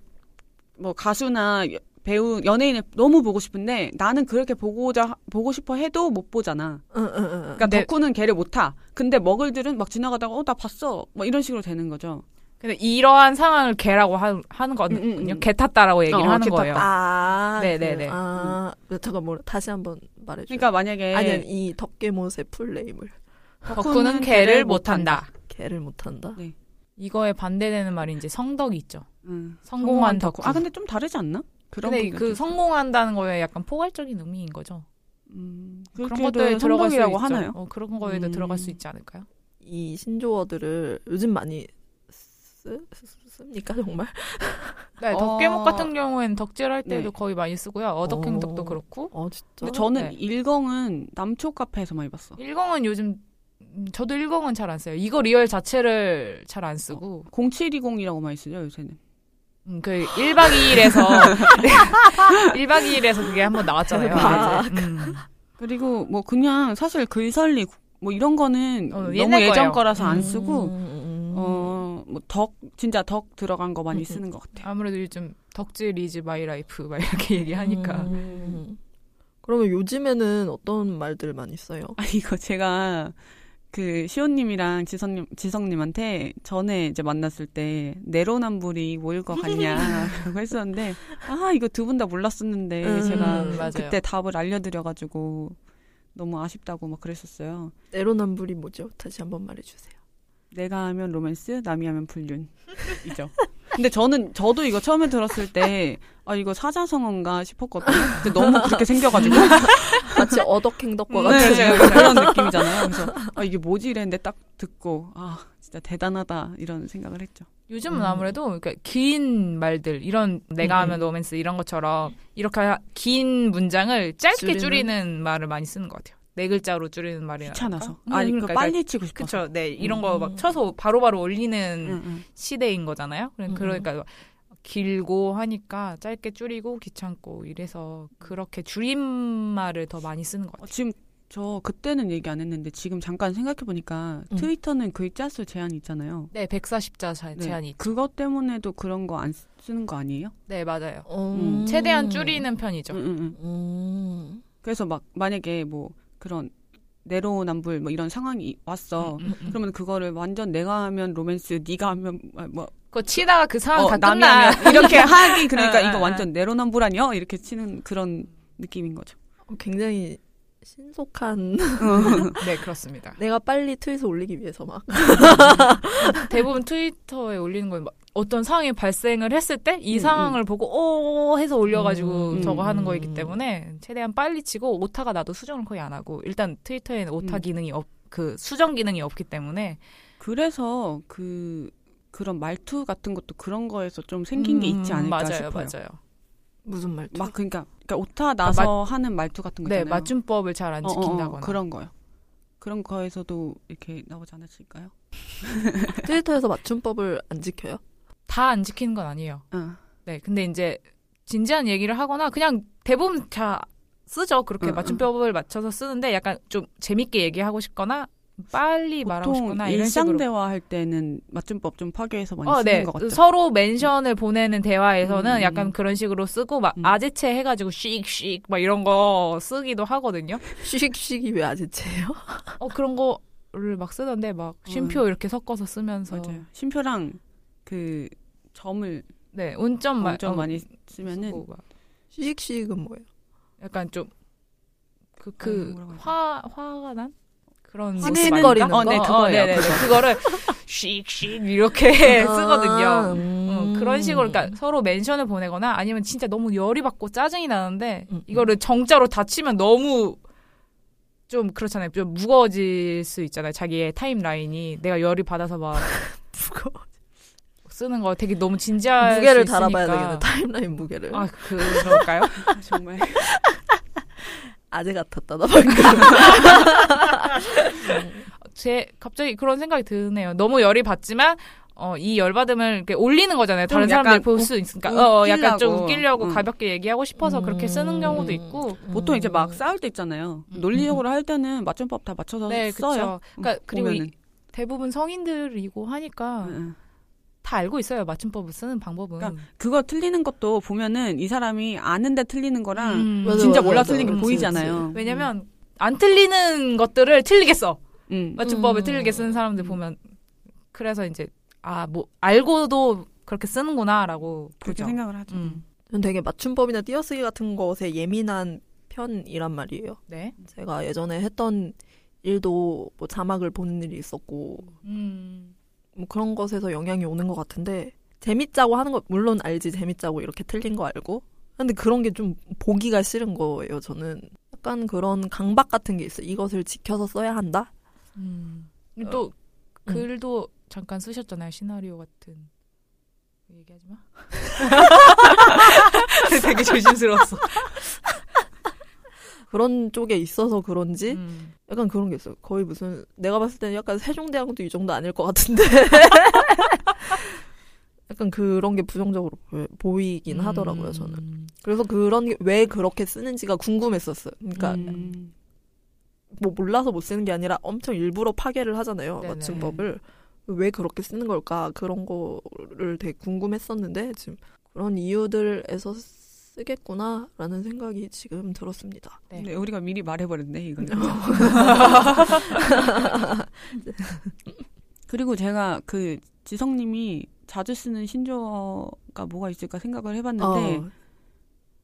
[SPEAKER 3] 뭐 가수나 여- 배우 연예인을 너무 보고 싶은데 나는 그렇게 보고자 보고 싶어 해도 못 보잖아.
[SPEAKER 2] 응, 응, 응,
[SPEAKER 3] 그러니까
[SPEAKER 4] 네.
[SPEAKER 3] 덕후는 걔를 못 타. 근데 먹을들은 막 지나가다가 어 나 봤어. 뭐 이런 식으로 되는
[SPEAKER 4] 그렇죠.
[SPEAKER 3] 거죠.
[SPEAKER 4] 근데 이러한 상황을 개라고 하, 하는 거거든요.
[SPEAKER 3] 음, 음, 음.
[SPEAKER 4] 개 탔다라고 얘기를
[SPEAKER 3] 어,
[SPEAKER 4] 하는
[SPEAKER 3] 개 탔다.
[SPEAKER 4] 거예요.
[SPEAKER 2] 응. 아,
[SPEAKER 4] 네,
[SPEAKER 2] 그래요.
[SPEAKER 4] 네, 네.
[SPEAKER 2] 아, 잠깐 뭐 다시 한번 말해줘.
[SPEAKER 3] 그러니까 만약에
[SPEAKER 2] 아니 이 덕계못의 풀네임을
[SPEAKER 4] 덕후는 개를 못 탄다.
[SPEAKER 2] 개를 못한다.
[SPEAKER 4] 이거에 반대되는 말이 이제 성덕이 있죠.
[SPEAKER 3] 음,
[SPEAKER 4] 성공한 덕후.
[SPEAKER 3] 아 근데 좀 다르지 않나? 그런
[SPEAKER 4] 근데
[SPEAKER 3] 분들도
[SPEAKER 4] 그
[SPEAKER 3] 있어.
[SPEAKER 4] 성공한다는 거에 약간 포괄적인 의미인 거죠.
[SPEAKER 3] 음,
[SPEAKER 4] 그런
[SPEAKER 3] 그렇게도
[SPEAKER 4] 것들에 들어갈 수
[SPEAKER 3] 성덕이라고
[SPEAKER 4] 있죠.
[SPEAKER 3] 하나요?
[SPEAKER 4] 어, 그런 거에도
[SPEAKER 3] 음.
[SPEAKER 4] 들어갈 수 있지 않을까요?
[SPEAKER 2] 이 신조어들을 요즘 많이 쓰, 쓰- 씁니까 정말?
[SPEAKER 4] 네,
[SPEAKER 3] 어.
[SPEAKER 4] 덕계목 같은 경우에는 덕질할 때도
[SPEAKER 3] 네.
[SPEAKER 4] 거의 많이 쓰고요.
[SPEAKER 2] 어.
[SPEAKER 4] 어덕행덕도 그렇고.
[SPEAKER 2] 어 진짜.
[SPEAKER 3] 근데 저는
[SPEAKER 4] 네.
[SPEAKER 3] 일공은 남초 카페에서 많이 봤어.
[SPEAKER 4] 일공은 요즘 음, 저도 일공은 잘 안 써요. 이거 리얼 자체를 잘 안 쓰고
[SPEAKER 3] 0720이라고 많이 쓰죠 요새는.
[SPEAKER 4] 음, 그 1박 2일에서 1박 2일에서 그게 한번 나왔잖아요.
[SPEAKER 2] 대박.
[SPEAKER 3] 그
[SPEAKER 4] 이제. 음.
[SPEAKER 3] 그리고 뭐 그냥 사실 글설리 뭐 이런 거는
[SPEAKER 4] 어,
[SPEAKER 3] 너무
[SPEAKER 4] 옛날
[SPEAKER 3] 예전
[SPEAKER 4] 거예요.
[SPEAKER 3] 거라서 안
[SPEAKER 2] 음,
[SPEAKER 3] 쓰고
[SPEAKER 2] 음, 음.
[SPEAKER 3] 어뭐덕 진짜 덕 들어간 거
[SPEAKER 2] 음,
[SPEAKER 3] 많이 쓰는 것 같아요.
[SPEAKER 4] 아무래도 요즘 덕질 이즈 마이 라이프 막 이렇게 얘기하니까
[SPEAKER 2] 음. 그러면 요즘에는 어떤 말들 많이 써요?
[SPEAKER 3] 아 이거 제가 그 시온님이랑 지성님 지성님한테 전에 이제 만났을 때 내로남불이 뭐일 것 같냐라고 했었는데 아 이거 두 분 다 몰랐었는데
[SPEAKER 2] 음.
[SPEAKER 3] 제가
[SPEAKER 4] 맞아요.
[SPEAKER 3] 그때 답을 알려드려가지고 너무 아쉽다고 막 그랬었어요.
[SPEAKER 2] 내로남불이 뭐죠? 다시 한번 말해주세요.
[SPEAKER 3] 내가 하면 로맨스, 남이 하면 불륜이죠. 근데 저는 저도 이거 처음에 들었을 때 아 이거 사자성어인가 싶었거든요. 근데 너무 그렇게 생겨가지고
[SPEAKER 2] 마치 어덕행덕과
[SPEAKER 3] 네,
[SPEAKER 2] 같은.
[SPEAKER 3] 네, 그런 느낌이잖아요. 그래서 아 이게 뭐지 이랬는데 딱 듣고 아 진짜 대단하다 이런 생각을 했죠.
[SPEAKER 4] 요즘은
[SPEAKER 2] 음.
[SPEAKER 4] 아무래도 그러니까 긴 말들 이런 내가 하면 로맨스 이런 것처럼 이렇게 하- 긴 문장을 짧게
[SPEAKER 2] 줄이는?
[SPEAKER 4] 줄이는 말을 많이 쓰는 것 같아요. 네 글자로 줄이는 말이나
[SPEAKER 3] 귀찮아서
[SPEAKER 4] 음,
[SPEAKER 3] 아니 그
[SPEAKER 4] 그러니까
[SPEAKER 3] 빨리 치고 싶어서. 음.
[SPEAKER 4] 그쵸. 음. 네 이런 거
[SPEAKER 2] 음.
[SPEAKER 4] 막 쳐서 바로바로 올리는
[SPEAKER 3] 응, 응.
[SPEAKER 4] 시대인 거잖아요. 그러-
[SPEAKER 2] 음.
[SPEAKER 4] 그러니까 막 길고 하니까 짧게 줄이고 귀찮고 이래서 그렇게 줄임말을 더 많이 쓰는
[SPEAKER 3] 어,
[SPEAKER 4] 것 같아요.
[SPEAKER 3] 지금 저 그때는 얘기 안 했는데 지금 잠깐 생각해 보니까
[SPEAKER 2] 음.
[SPEAKER 3] 트위터는 글자수 제한 있잖아요.
[SPEAKER 4] 네, 140자 자-
[SPEAKER 3] 네,
[SPEAKER 4] 제한이. 있죠.
[SPEAKER 3] 그것 때문에도 그런 거 안 쓰는 거 아니에요?
[SPEAKER 4] 네, 맞아요.
[SPEAKER 2] 음.
[SPEAKER 4] 최대한 줄이는 편이죠.
[SPEAKER 3] 응, 응, 응.
[SPEAKER 2] 음.
[SPEAKER 3] 그래서 막 만약에 뭐 그런 내로남불 뭐 이런 상황이 왔어.
[SPEAKER 4] 음, 음.
[SPEAKER 3] 그러면 그거를 완전 내가 하면 로맨스, 네가 하면 아, 뭐
[SPEAKER 4] 그거 치다가 그 상황
[SPEAKER 3] 어,
[SPEAKER 4] 다
[SPEAKER 3] 남이
[SPEAKER 4] 끝나.
[SPEAKER 3] 하면 이렇게 하기 그러니까
[SPEAKER 4] 어, 어,
[SPEAKER 3] 이거
[SPEAKER 4] 어.
[SPEAKER 3] 완전 내로남불 아니야? 이렇게 치는 그런 느낌인 거죠.
[SPEAKER 2] 어, 굉장히 신속한.
[SPEAKER 4] 네, 그렇습니다.
[SPEAKER 2] 내가 빨리 트윗을 올리기 위해서 막.
[SPEAKER 4] 대부분 트위터에 올리는 건 막 어떤 상황이 발생을 했을 때 이
[SPEAKER 3] 음,
[SPEAKER 4] 상황을 보고 오 해서 올려가지고
[SPEAKER 3] 음,
[SPEAKER 4] 저거 하는
[SPEAKER 2] 음.
[SPEAKER 4] 거이기 때문에 최대한 빨리 치고 오타가 나도 수정을 거의 안 하고 일단 트위터에는 오타
[SPEAKER 3] 음.
[SPEAKER 4] 기능이 없. 그 수정 기능이 없기 때문에
[SPEAKER 3] 그래서 그 그런 말투 같은 것도 그런 거에서 좀 생긴 게 있지
[SPEAKER 4] 음,
[SPEAKER 3] 않을까
[SPEAKER 4] 맞아요,
[SPEAKER 3] 싶어요.
[SPEAKER 4] 맞아요.
[SPEAKER 2] 무슨 말투?
[SPEAKER 3] 막 그러니까, 그러니까 오타 나서 하는 말투 같은 거
[SPEAKER 4] 네,
[SPEAKER 3] 있잖아요.
[SPEAKER 4] 맞춤법을 잘 안
[SPEAKER 3] 어, 어, 어,
[SPEAKER 4] 지킨다거나.
[SPEAKER 3] 그런 거요. 그런 거에서도 이렇게 나오지 않았을까요?
[SPEAKER 2] 트위터에서 맞춤법을 안 지켜요?
[SPEAKER 4] 다 안 지키는 건 아니에요.
[SPEAKER 3] 응.
[SPEAKER 4] 네, 근데 이제 진지한 얘기를 하거나 그냥 대부분 다 쓰죠. 그렇게
[SPEAKER 3] 응, 응.
[SPEAKER 4] 맞춤법을 맞춰서 쓰는데 약간 좀 재밌게 얘기하고 싶거나 빨리 말하고
[SPEAKER 3] 보통
[SPEAKER 4] 싶거나 이런
[SPEAKER 3] 일상
[SPEAKER 4] 식으로.
[SPEAKER 3] 대화 할 때는 맞춤법 좀 파괴해서 많이
[SPEAKER 4] 어,
[SPEAKER 3] 쓰는
[SPEAKER 4] 네.
[SPEAKER 3] 것 같아요.
[SPEAKER 4] 서로 멘션을 보내는 대화에서는
[SPEAKER 3] 음.
[SPEAKER 4] 약간 그런 식으로 쓰고 막
[SPEAKER 3] 음.
[SPEAKER 4] 아재체 해가지고 씩씩 막 이런 거 쓰기도 하거든요.
[SPEAKER 2] 쉬식쉬기 왜 아재체예요?
[SPEAKER 4] 어 그런 거를 막
[SPEAKER 3] 음.
[SPEAKER 4] 쓰던데 막 쉼표 이렇게 섞어서 쓰면서
[SPEAKER 3] 맞아요. 심표랑 그 점을
[SPEAKER 4] 네, 온점 말.
[SPEAKER 3] 엄청
[SPEAKER 4] 어,
[SPEAKER 3] 많이 쓰면은 아,
[SPEAKER 4] 쓰고 막
[SPEAKER 2] 시익시익은 뭐예요?
[SPEAKER 4] 약간 좀 그
[SPEAKER 3] 뭐라고
[SPEAKER 4] 그
[SPEAKER 3] 하지?
[SPEAKER 4] 화 화가 난 그런
[SPEAKER 2] 화내는
[SPEAKER 4] 모습 아닐까?
[SPEAKER 2] 거?
[SPEAKER 4] 어, 네,
[SPEAKER 2] 어,
[SPEAKER 4] 그거,
[SPEAKER 3] 네,
[SPEAKER 4] 네,
[SPEAKER 3] 네,
[SPEAKER 4] 그거를 씩씩 이렇게
[SPEAKER 2] 아,
[SPEAKER 4] 쓰거든요.
[SPEAKER 2] 음.
[SPEAKER 4] 어, 그런 식으로 그러니까 서로 멘션을 보내거나 아니면 진짜 너무 열이 받고 짜증이 나는데
[SPEAKER 2] 음, 음.
[SPEAKER 4] 이거를 정자로 다치면 너무 좀 그렇잖아요. 좀 무거워질 수 있잖아요. 자기의 타임라인이 내가 열이 받아서 막
[SPEAKER 2] 무거
[SPEAKER 4] 쓰는 거 되게 너무 진지할
[SPEAKER 2] 무게를
[SPEAKER 4] 수
[SPEAKER 2] 달아봐야
[SPEAKER 4] 있으니까.
[SPEAKER 2] 되겠네 타임라인 무게를
[SPEAKER 4] 아, 그- 그럴까요?
[SPEAKER 3] 정말
[SPEAKER 2] 아재 같았다 나 방금
[SPEAKER 4] 제 갑자기 그런 생각이 드네요. 너무 열이 받지만 어, 이 열받음을 이렇게 올리는 거잖아요. 다른
[SPEAKER 3] 좀 약간
[SPEAKER 4] 사람들이 볼 수 있으니까. 어, 어, 약간 좀
[SPEAKER 3] 웃기려고.
[SPEAKER 4] 웃기려고
[SPEAKER 3] 음.
[SPEAKER 4] 가볍게 얘기하고 싶어서 그렇게 쓰는 경우도 있고.
[SPEAKER 3] 보통 이제 막 싸울 때 있잖아요.
[SPEAKER 4] 음.
[SPEAKER 3] 논리적으로 할 때는 맞춤법 다 맞춰서
[SPEAKER 4] 네,
[SPEAKER 3] 써요.
[SPEAKER 4] 그렇죠. 그러니까
[SPEAKER 3] 음.
[SPEAKER 4] 그리고 이- 어.
[SPEAKER 3] 보면은.
[SPEAKER 4] 대부분 성인들이고 하니까
[SPEAKER 3] 응, 응.
[SPEAKER 4] 다 알고 있어요. 맞춤법을 쓰는 방법은.
[SPEAKER 3] 그러니까 그거 틀리는 것도 보면은 이 사람이 아는데 틀리는 거랑
[SPEAKER 4] 음.
[SPEAKER 2] 맞아, 맞아,
[SPEAKER 3] 진짜 몰라
[SPEAKER 2] 맞아.
[SPEAKER 3] 틀린 게
[SPEAKER 4] 그치,
[SPEAKER 3] 보이잖아요.
[SPEAKER 4] 왜냐면 안 틀리는 것들을 틀리게 써.
[SPEAKER 3] 음.
[SPEAKER 4] 맞춤법을
[SPEAKER 2] 음.
[SPEAKER 4] 틀리게 쓰는 사람들 보면 그래서 이제 아, 뭐 알고도 그렇게 쓰는구나라고
[SPEAKER 3] 그렇게
[SPEAKER 4] 보죠.
[SPEAKER 3] 생각을 하죠.
[SPEAKER 4] 음.
[SPEAKER 2] 전 되게 맞춤법이나 띄어쓰기 같은 것에 예민한 편이란 말이에요
[SPEAKER 4] 네.
[SPEAKER 2] 제가 예전에 했던 일도 뭐 자막을 보는 일이 있었고
[SPEAKER 4] 음.
[SPEAKER 2] 뭐 그런 것에서 영향이 오는 것 같은데 재밌자고 하는 거 물론 알지 재밌자고 이렇게 틀린 거 알고 근데 그런 게 좀 보기가 싫은 거예요 저는 약간 그런 강박 같은 게 있어요 이것을 지켜서 써야 한다
[SPEAKER 4] 음.
[SPEAKER 2] 어.
[SPEAKER 4] 또 글도 잠깐 쓰셨잖아요 시나리오 같은 얘기하지 마. 되게 조심스러웠어.
[SPEAKER 2] 그런 쪽에 있어서 그런지
[SPEAKER 4] 음.
[SPEAKER 2] 약간 그런 게 있어요 거의 무슨 내가 봤을 때는 약간 세종대왕도 이 정도 아닐 것 같은데 약간 그런 게 부정적으로 보- 보이긴 하더라고요 저는
[SPEAKER 4] 음.
[SPEAKER 2] 그래서 그런 게 왜 그렇게 쓰는지가 궁금했었어요 그러니까
[SPEAKER 3] 음.
[SPEAKER 2] 뭐 몰라서 못 쓰는 게 아니라 엄청 일부러 파괴를 하잖아요
[SPEAKER 4] 네네.
[SPEAKER 2] 맞춤법을 왜 그렇게 쓰는 걸까 그런 거를 되게 궁금했었는데 지금 그런 이유들에서 쓰겠구나라는 생각이 지금 들었습니다.
[SPEAKER 4] 네.
[SPEAKER 3] 근데 우리가 미리 말해버렸네 이걸.
[SPEAKER 2] 어.
[SPEAKER 3] 그리고 제가 그 지성님이 자주 쓰는 신조어가 뭐가 있을까 생각을 해봤는데
[SPEAKER 2] 어,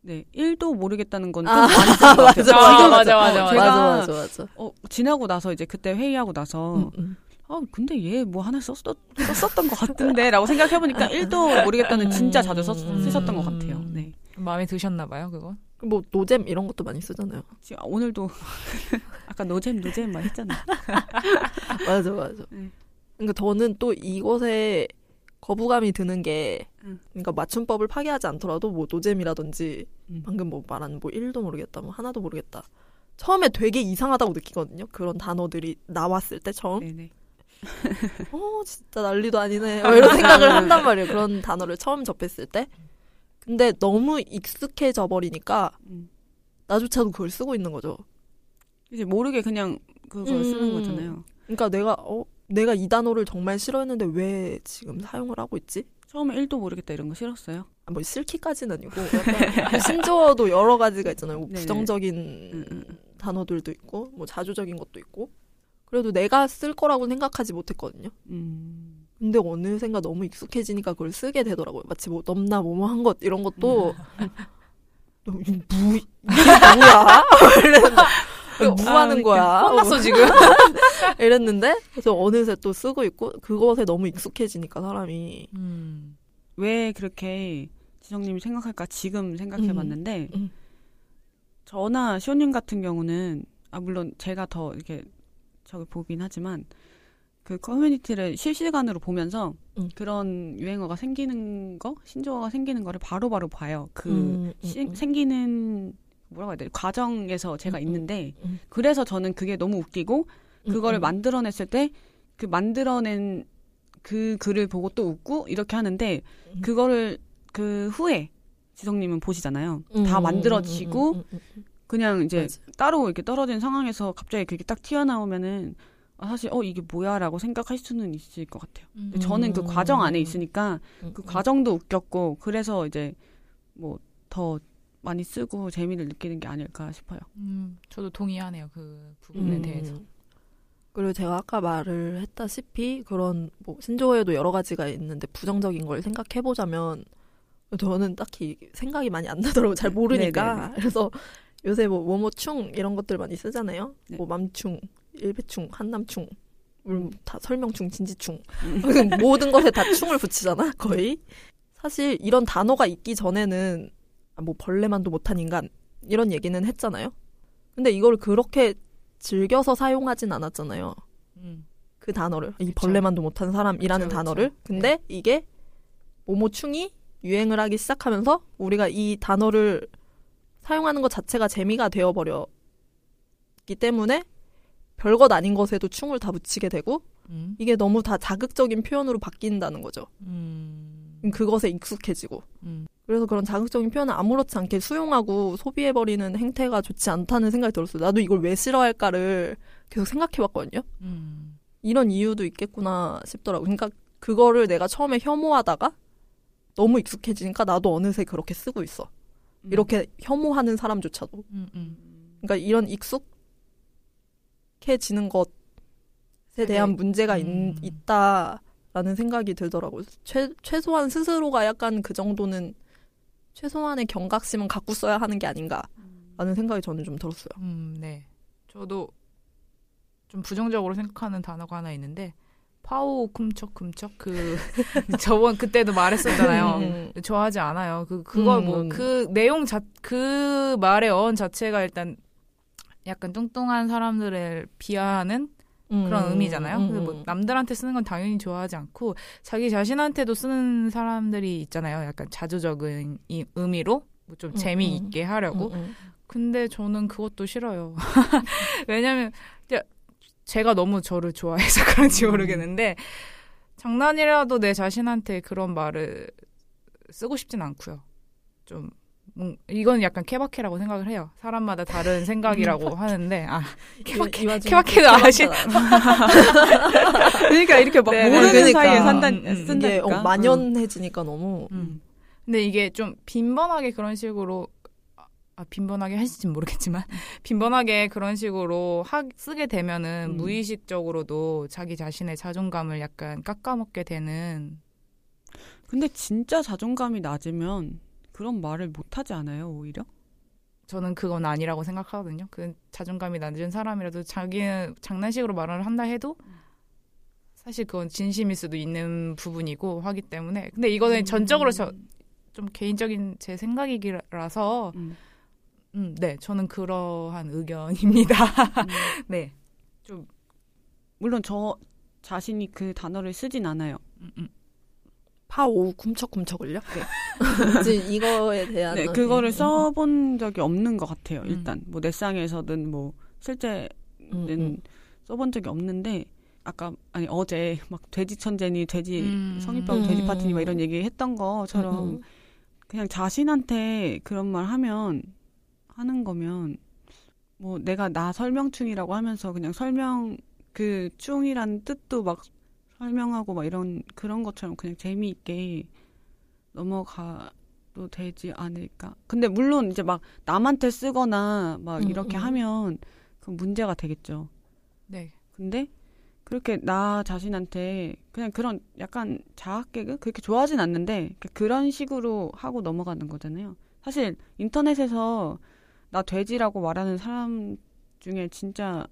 [SPEAKER 3] 네 1도 모르겠다는 건좀
[SPEAKER 2] 아,
[SPEAKER 3] 많이 쓰는 것 같아요.
[SPEAKER 2] 맞아,
[SPEAKER 3] 어,
[SPEAKER 2] 맞아,
[SPEAKER 3] 지금 어,
[SPEAKER 4] 맞아, 맞아, 맞아.
[SPEAKER 3] 제가
[SPEAKER 2] 맞아 맞아 맞아.
[SPEAKER 3] 어, 지나고 나서 이제 그때 회의하고 나서
[SPEAKER 2] 음, 음.
[SPEAKER 3] 아 근데 얘 뭐 하나 썼, 썼었던 것 같은데라고 생각해보니까 1도 모르겠다는 진짜 자주 썼,
[SPEAKER 2] 음.
[SPEAKER 3] 쓰셨던 것 같아요. 네.
[SPEAKER 4] 마음에 드셨나 봐요 그거.
[SPEAKER 2] 뭐 노잼 이런 것도 많이 쓰잖아요.
[SPEAKER 3] 지금 오늘도 아까 노잼 노잼 말 했잖아.
[SPEAKER 2] 맞아 맞아.
[SPEAKER 3] 네.
[SPEAKER 2] 그러니까 저는 또 이것에 거부감이 드는 게
[SPEAKER 3] 음.
[SPEAKER 2] 그러니까 맞춤법을 파괴하지 않더라도 뭐 노잼이라든지
[SPEAKER 3] 음.
[SPEAKER 2] 방금 뭐 말한 뭐 1도 모르겠다 뭐 하나도 모르겠다 처음에 되게 이상하다고 느끼거든요 그런 단어들이 나왔을 때 처음
[SPEAKER 3] 네네.
[SPEAKER 2] 어 진짜 난리도 아니네 뭐 이런 생각을 한단 말이에요 그런 단어를 처음 접했을 때 근데 너무 익숙해져 버리니까
[SPEAKER 3] 음.
[SPEAKER 2] 나조차도 그걸 쓰고 있는 거죠
[SPEAKER 3] 이제 모르게 그냥 그걸
[SPEAKER 2] 음.
[SPEAKER 3] 쓰는 거잖아요.
[SPEAKER 2] 그러니까 내가 어 내가 이 단어를 정말 싫어했는데 왜 지금 사용을 하고 있지
[SPEAKER 3] 처음에 1도 모르겠다 이런 거 싫었어요.
[SPEAKER 2] 아, 뭐 싫기까지는 아니고 약간 신조어도 여러 가지가 있잖아요. 뭐
[SPEAKER 3] 네. 네네.
[SPEAKER 2] 부정적인
[SPEAKER 3] 음, 음.
[SPEAKER 2] 단어들도 있고 뭐 자주적인 것도 있고 그래도 내가 쓸 거라고 생각하지 못했거든요.
[SPEAKER 3] 음.
[SPEAKER 2] 근데 어느샌가 너무 익숙해지니까 그걸 쓰게 되더라고요. 마치 뭐 넘나 뭐뭐 한 것 이런 것도
[SPEAKER 3] 음.
[SPEAKER 2] 너 이거 무 이게 뭐야? 이랬는데
[SPEAKER 3] 그,
[SPEAKER 2] 뭐
[SPEAKER 3] 아,
[SPEAKER 2] 하는 거야?
[SPEAKER 4] 혼났어 지금.
[SPEAKER 2] 이랬는데 그래서 어느새 또 쓰고 있고 그것에 너무 익숙해지니까 사람이
[SPEAKER 4] 음.
[SPEAKER 3] 왜 그렇게 지성님이 생각할까 지금 생각해봤는데
[SPEAKER 2] 음, 음.
[SPEAKER 3] 저나 시온님 같은 경우는 아 물론 제가 더 이렇게 저기 보긴 하지만 그 커뮤니티를 실시간으로 보면서
[SPEAKER 2] 음.
[SPEAKER 3] 그런 유행어가 생기는 거 신조어가 생기는 거를 바로바로 봐요 그
[SPEAKER 2] 음, 음,
[SPEAKER 3] 시-
[SPEAKER 2] 음.
[SPEAKER 3] 생기는 뭐라고 해야 돼 과정에서 제가
[SPEAKER 2] 음, 음,
[SPEAKER 3] 있는데
[SPEAKER 2] 음.
[SPEAKER 3] 그래서 저는 그게 너무 웃기고
[SPEAKER 2] 음,
[SPEAKER 3] 그거를
[SPEAKER 2] 음.
[SPEAKER 3] 만들어냈을 때 그 만들어낸 그 글을 보고 또 웃고 이렇게 하는데
[SPEAKER 2] 음.
[SPEAKER 3] 그거를 그 후에 지성님은 보시잖아요.
[SPEAKER 2] 음,
[SPEAKER 3] 다
[SPEAKER 2] 음,
[SPEAKER 3] 만들어지고
[SPEAKER 2] 음, 음, 음, 음.
[SPEAKER 3] 그냥 이제
[SPEAKER 2] 맞아.
[SPEAKER 3] 따로 이렇게 떨어진 상황에서 갑자기 그게 딱 튀어나오면은 아, 사실 어 이게 뭐야라고 생각할 수는 있을 것 같아요. 근데 저는 그
[SPEAKER 2] 음.
[SPEAKER 3] 과정 안에 있으니까
[SPEAKER 2] 음,
[SPEAKER 3] 그
[SPEAKER 2] 음.
[SPEAKER 3] 과정도 웃겼고 그래서 이제 뭐 더 많이 쓰고 재미를 느끼는 게 아닐까 싶어요.
[SPEAKER 4] 음, 저도 동의하네요 그 부분에
[SPEAKER 2] 음.
[SPEAKER 4] 대해서.
[SPEAKER 2] 그리고 제가 아까 말을 했다시피 그런 뭐 신조어에도 여러 가지가 있는데 부정적인 걸 생각해 보자면 저는 딱히 생각이 많이 안 나더라고요. 잘 모르니까.
[SPEAKER 3] 네네네.
[SPEAKER 2] 그래서 요새 뭐 뭐뭐충 이런 것들 많이 쓰잖아요.
[SPEAKER 3] 네. 음.
[SPEAKER 2] 뭐 맘충, 일배충, 한남충, 물론 다 설명충, 진지충 모든 것에 다 충을 붙이잖아 거의. 사실 이런 단어가 있기 전에는 아, 뭐 벌레만도 못한 인간 이런 얘기는 했잖아요. 근데 이걸 그렇게 즐겨서 사용하진 않았잖아요.
[SPEAKER 4] 음.
[SPEAKER 2] 그 단어를 이
[SPEAKER 4] 그쵸.
[SPEAKER 2] 벌레만도 못한 사람이라는
[SPEAKER 4] 그쵸, 네. 그쵸.
[SPEAKER 2] 단어를 근데 이게 모모충이 유행을 하기 시작하면서 우리가 이 단어를 사용하는 것 자체가 재미가 되어버렸기 때문에 별것 아닌 것에도 충을 다 붙이게 되고
[SPEAKER 4] 음.
[SPEAKER 2] 이게 너무 다 자극적인 표현으로 바뀐다는 거죠
[SPEAKER 4] 음.
[SPEAKER 2] 그것에 익숙해지고
[SPEAKER 4] 음.
[SPEAKER 2] 그래서 그런 자극적인 표현을 아무렇지 않게 수용하고 소비해버리는 행태가 좋지 않다는 생각이 들었어요 나도 이걸 왜 싫어할까를 계속 생각해봤거든요
[SPEAKER 4] 음.
[SPEAKER 2] 이런 이유도 있겠구나 싶더라고. 그러니까 그거를 내가 처음에 혐오하다가 너무 익숙해지니까 나도 어느새 그렇게 쓰고 있어. 이렇게 혐오하는 사람조차도.
[SPEAKER 4] 음. 음.
[SPEAKER 2] 그러니까 이런 익숙해지는 것에 대한 문제가 있,
[SPEAKER 4] 음.
[SPEAKER 2] 있다라는 생각이 들더라고요. 최, 최소한 스스로가 약간 그 정도는 최소한의 경각심은 갖고 써야 하는 게 아닌가라는 생각이 저는 좀 들었어요.
[SPEAKER 4] 음, 네. 저도 좀 부정적으로 생각하는 단어가 하나 있는데 파오 쿰척 쿰척 그 저번 그때도 말했었잖아요.
[SPEAKER 2] 음.
[SPEAKER 4] 좋아하지 않아요. 그 그걸
[SPEAKER 2] 음.
[SPEAKER 4] 뭐 그 내용 자 그 말의 어원 자체가 일단 약간 뚱뚱한 사람들을 비하하는 그런
[SPEAKER 2] 음.
[SPEAKER 4] 의미잖아요.
[SPEAKER 2] 음.
[SPEAKER 4] 근데 뭐 남들한테 쓰는 건 당연히 좋아하지 않고 자기 자신한테도 쓰는 사람들이 있잖아요. 약간 자조적인 이 의미로 뭐좀
[SPEAKER 2] 음,
[SPEAKER 4] 재미있게 하려고.
[SPEAKER 2] 음, 음.
[SPEAKER 4] 근데 저는 그것도 싫어요. 왜냐면 야, 제가 너무 저를 좋아해서 그런지
[SPEAKER 2] 음.
[SPEAKER 4] 모르겠는데 장난이라도 내 자신한테 그런 말을 쓰고 싶진 않고요. 좀 음, 이건 약간 케바케라고 생각을 해요. 사람마다 다른 생각이라고 하는데 아 케바케
[SPEAKER 2] 이- 이 와중에
[SPEAKER 4] 케바케도 안 하시
[SPEAKER 3] 그러니까 이렇게 막
[SPEAKER 4] 네, 네,
[SPEAKER 3] 모르는
[SPEAKER 2] 그러니까.
[SPEAKER 3] 사이에 산다
[SPEAKER 4] 음, 음.
[SPEAKER 3] 쓴다니까.
[SPEAKER 2] 이게 어, 만연해지니까 너무
[SPEAKER 4] 음. 근데 이게 좀 빈번하게 그런 식으로 아, 아, 빈번하게 하실진 모르겠지만 빈번하게 그런 식으로 하, 쓰게 되면은
[SPEAKER 3] 음.
[SPEAKER 4] 무의식적으로도 자기 자신의 자존감을 약간 깎아먹게 되는
[SPEAKER 3] 근데 진짜 자존감이 낮으면 그런 말을 못 하지 않아요, 오히려?
[SPEAKER 4] 저는 그건 아니라고 생각하거든요. 그 자존감이 낮은 사람이라도 자기는 장난식으로 말을 한다 해도 사실 그건 진심일 수도 있는 부분이고 하기 때문에 근데 이거는 전적으로 저, 좀 개인적인 제 생각이라서
[SPEAKER 3] 음.
[SPEAKER 4] 음, 네, 저는 그러한 의견입니다.
[SPEAKER 3] 음.
[SPEAKER 4] 네.
[SPEAKER 3] 물론 저 자신이 그 단어를 쓰진 않아요.
[SPEAKER 4] 음, 음.
[SPEAKER 2] 파오 쿰척쿰척을요? 네. 이제 이거에 대한
[SPEAKER 3] 네,
[SPEAKER 2] 음,
[SPEAKER 3] 그거를 써본 적이 없는 것 같아요.
[SPEAKER 4] 음.
[SPEAKER 3] 일단 뭐 내상에서든 뭐 실제는
[SPEAKER 2] 음, 음.
[SPEAKER 3] 써본 적이 없는데 아까 아니 어제 막 돼지 천재니 돼지
[SPEAKER 4] 음.
[SPEAKER 3] 성인병 돼지
[SPEAKER 2] 음.
[SPEAKER 3] 파티니 막 이런 얘기 했던 것처럼
[SPEAKER 2] 음, 음.
[SPEAKER 3] 그냥 자신한테 그런 말 하면 하는 거면 뭐 내가 나 설명충이라고 하면서 그냥 설명 그 충이라는 뜻도 막 설명하고 막 이런 그런 것처럼 그냥 재미있게 넘어가도 되지 않을까. 근데 물론 이제 막 남한테 쓰거나 막
[SPEAKER 2] 음,
[SPEAKER 3] 이렇게
[SPEAKER 2] 음.
[SPEAKER 3] 하면 그 문제가 되겠죠.
[SPEAKER 4] 네.
[SPEAKER 3] 근데 그렇게 나 자신한테 그냥 그런 약간 자학개그 그렇게 좋아하진 않는데 그- 그런 식으로 하고 넘어가는 거잖아요. 사실 인터넷에서 나 돼지라고 말하는 사람 중에 진짜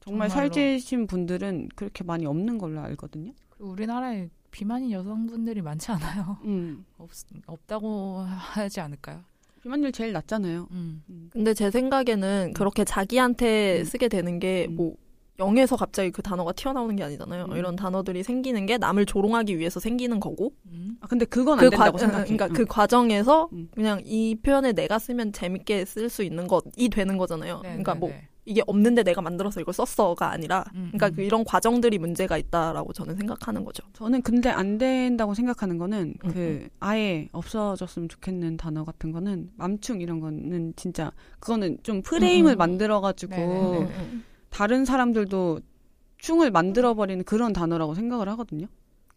[SPEAKER 3] 정말
[SPEAKER 4] 정말로.
[SPEAKER 3] 살찌신 분들은 그렇게 많이 없는 걸로 알거든요.
[SPEAKER 4] 그리고 우리나라에 비만인 여성분들이 많지 않아요.
[SPEAKER 3] 음.
[SPEAKER 4] 없, 없다고 하지 않을까요?
[SPEAKER 3] 비만율 제일 낮잖아요.
[SPEAKER 4] 음.
[SPEAKER 3] 음.
[SPEAKER 2] 근데 제 생각에는 그렇게 자기한테
[SPEAKER 3] 음.
[SPEAKER 2] 쓰게 되는 게
[SPEAKER 3] 음.
[SPEAKER 2] 뭐 영에서 갑자기 그 단어가 튀어나오는 게 아니잖아요.
[SPEAKER 3] 음.
[SPEAKER 2] 이런 단어들이 생기는 게 남을 조롱하기 위해서 생기는 거고
[SPEAKER 4] 음.
[SPEAKER 3] 아 근데 그건 안 된다고
[SPEAKER 2] 과,
[SPEAKER 3] 생각해.
[SPEAKER 2] 그러니까
[SPEAKER 3] 응.
[SPEAKER 2] 그 과정에서
[SPEAKER 3] 음.
[SPEAKER 2] 그냥 이 표현을 내가 쓰면 재밌게 쓸 수 있는 것이 되는 거잖아요.
[SPEAKER 4] 네,
[SPEAKER 2] 그러니까
[SPEAKER 4] 네,
[SPEAKER 2] 뭐
[SPEAKER 4] 네.
[SPEAKER 2] 이게 없는데 내가 만들어서 이걸 썼어가 아니라
[SPEAKER 4] 음,
[SPEAKER 2] 그러니까
[SPEAKER 4] 음.
[SPEAKER 2] 그 이런 과정들이 문제가 있다라고 저는 생각하는 거죠.
[SPEAKER 3] 저는 근데 안 된다고 생각하는 거는
[SPEAKER 2] 음,
[SPEAKER 3] 그 아예 없어졌으면 좋겠는 단어 같은 거는 맘충 이런 거는 진짜 그거는 좀 프레임을
[SPEAKER 2] 음, 음.
[SPEAKER 3] 만들어 가지고
[SPEAKER 4] 네네네. 음,
[SPEAKER 3] 다른 사람들도 충을 만들어
[SPEAKER 4] 음.
[SPEAKER 3] 버리는 그런 단어라고 생각을 하거든요.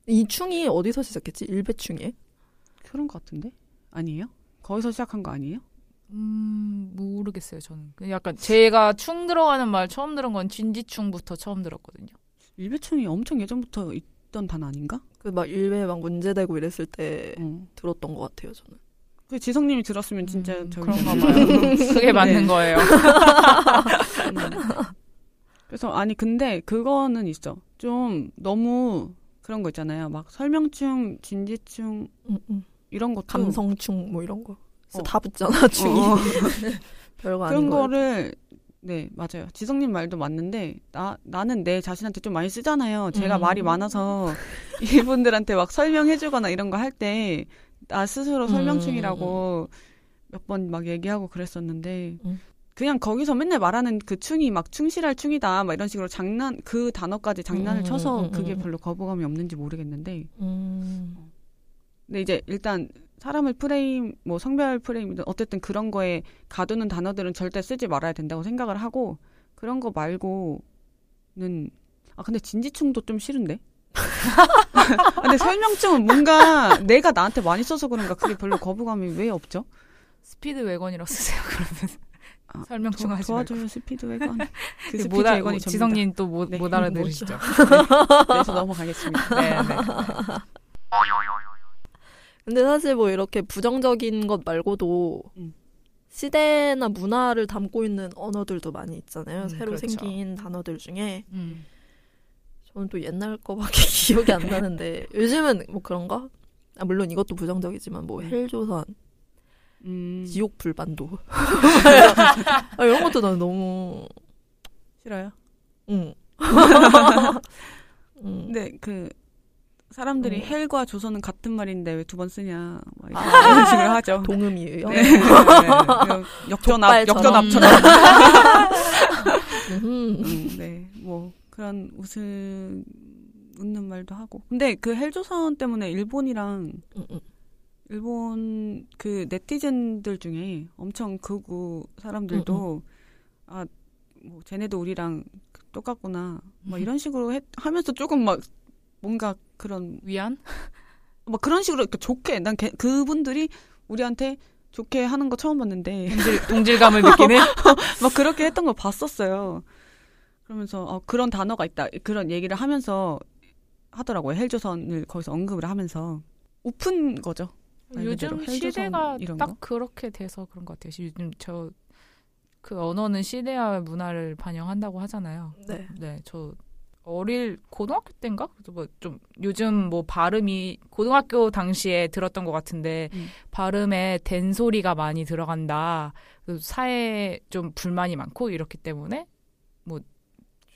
[SPEAKER 2] 이 충이 어디서 시작했지? 일배충이에요?
[SPEAKER 3] 그런 것 같은데 아니에요? 거기서 시작한 거 아니에요?
[SPEAKER 4] 음, 모르겠어요, 저는. 그냥 약간 제가 충 들어가는 말 처음 들은 건 진지충부터 처음 들었거든요.
[SPEAKER 3] 일배충이 엄청 예전부터 있던 단어 아닌가?
[SPEAKER 2] 그 막 일베 막 문제되고 이랬을 때
[SPEAKER 3] 어.
[SPEAKER 2] 들었던 것 같아요 저는.
[SPEAKER 3] 그 지성님이 들었으면 진짜
[SPEAKER 4] 음,
[SPEAKER 3] 저희
[SPEAKER 4] 그런가 봐요. 그게 맞는
[SPEAKER 3] 네.
[SPEAKER 4] 거예요.
[SPEAKER 2] 네.
[SPEAKER 3] 그래서 아니 근데 그거는 있어. 좀 너무 그런 거 있잖아요. 막 설명충, 진지충
[SPEAKER 2] 음, 음.
[SPEAKER 3] 이런 것도
[SPEAKER 2] 감성충 뭐 이런 거. 그래서
[SPEAKER 3] 어.
[SPEAKER 2] 다 붙잖아
[SPEAKER 3] 어,
[SPEAKER 2] 충이
[SPEAKER 3] 어.
[SPEAKER 2] 별거 아닌
[SPEAKER 3] 그런
[SPEAKER 2] 거.
[SPEAKER 3] 거를 네 맞아요. 지성님 말도 맞는데 나 나는 내 자신한테 좀 많이 쓰잖아요. 제가
[SPEAKER 2] 음.
[SPEAKER 3] 말이 많아서 이분들한테 막 설명해주거나 이런 거 할 때 나 스스로
[SPEAKER 2] 음.
[SPEAKER 3] 설명충이라고 몇 번 막 얘기하고 그랬었는데
[SPEAKER 2] 음.
[SPEAKER 3] 그냥 거기서 맨날 말하는 그 충이 막 충실할 충이다 막 이런 식으로 장난 그 단어까지 장난을
[SPEAKER 2] 음,
[SPEAKER 3] 쳐서
[SPEAKER 2] 음, 음,
[SPEAKER 3] 그게
[SPEAKER 2] 음.
[SPEAKER 3] 별로 거부감이 없는지 모르겠는데
[SPEAKER 2] 음,
[SPEAKER 3] 근데 이제 일단 사람을 프레임 뭐 성별 프레임이든 어쨌든 그런 거에 가두는 단어들은 절대 쓰지 말아야 된다고 생각을 하고 그런 거 말고는 아 근데 진지충도 좀 싫은데 아, 근데 설명충은 뭔가 내가 나한테 많이 써서 그런가 그게 별로 거부감이 왜 없죠?
[SPEAKER 4] 스피드 웨건이라고 쓰세요. 그러면
[SPEAKER 3] 아,
[SPEAKER 4] 설명 좀 하지 말고.
[SPEAKER 3] 도와줘요 스피드 웨건 그 스피드
[SPEAKER 4] 못 알-
[SPEAKER 3] 웨건이 접니다.
[SPEAKER 4] 어, 지성님 또못 뭐,
[SPEAKER 3] 네,
[SPEAKER 4] 못 알아들으시죠.
[SPEAKER 3] 그래서 넘어가겠습니다
[SPEAKER 4] 네, 네.
[SPEAKER 2] 근데 사실 뭐 이렇게 부정적인 것 말고도
[SPEAKER 3] 음.
[SPEAKER 2] 시대나 문화를 담고 있는 언어들도 많이 있잖아요.
[SPEAKER 4] 음,
[SPEAKER 2] 새로
[SPEAKER 4] 그렇죠.
[SPEAKER 2] 생긴 단어들 중에
[SPEAKER 4] 음.
[SPEAKER 2] 저는 또 옛날 거밖에 기억이 안 나는데 요즘은 뭐 그런 거? 아, 물론 이것도 부정적이지만 뭐
[SPEAKER 3] 음.
[SPEAKER 2] 헬조선,
[SPEAKER 3] 음,
[SPEAKER 2] 지옥 불반도 아, 이런 것도 난 너무
[SPEAKER 3] 싫어요?
[SPEAKER 2] 응. 음.
[SPEAKER 3] 근데 그 사람들이
[SPEAKER 2] 음.
[SPEAKER 3] 헬과 조선은 같은 말인데 왜 두 번 쓰냐 막 이런
[SPEAKER 2] 아.
[SPEAKER 3] 이런 식으로 하죠.
[SPEAKER 2] 동음이에요.
[SPEAKER 3] 네. 네. 역전압,
[SPEAKER 2] 족발처럼.
[SPEAKER 3] 역전압처럼.
[SPEAKER 2] 음.
[SPEAKER 3] 음, 네, 뭐 그런 웃음 웃는 말도 하고. 근데 그 헬조선 때문에 일본이랑
[SPEAKER 2] 음, 음.
[SPEAKER 3] 일본 그 네티즌들 중에 엄청 극우
[SPEAKER 2] 음,
[SPEAKER 3] 사람들도 아, 뭐 쟤네도 우리랑 똑같구나.
[SPEAKER 2] 음.
[SPEAKER 3] 막 이런 식으로 했- 하면서 조금 막 뭔가 그런
[SPEAKER 4] 위안?
[SPEAKER 3] 막 그런 식으로 이렇게 좋게 난 걔- 그분들이 우리한테 좋게 하는 거 처음 봤는데
[SPEAKER 4] 동질, 동질감을 느끼는?
[SPEAKER 3] 막 그렇게 했던 거 봤었어요. 그러면서 어, 그런 단어가 있다 그런 얘기를 하면서 하더라고요. 헬조선을 거기서 언급을 하면서 오픈 거죠. 말 그대로
[SPEAKER 4] 요즘
[SPEAKER 3] 헬조선
[SPEAKER 4] 시대가
[SPEAKER 3] 이런
[SPEAKER 4] 딱
[SPEAKER 3] 거?
[SPEAKER 4] 그렇게 돼서 그런 것 같아요. 요즘 저 그 언어는 시대와 문화를 반영한다고 하잖아요.
[SPEAKER 2] 네.
[SPEAKER 4] 네, 저 어릴 고등학교 때인가? 그래서 뭐 좀 요즘 뭐 발음이 고등학교 당시에 들었던 것 같은데
[SPEAKER 3] 음.
[SPEAKER 4] 발음에 된 소리가 많이 들어간다. 그래서 사회에 좀 불만이 많고 이렇기 때문에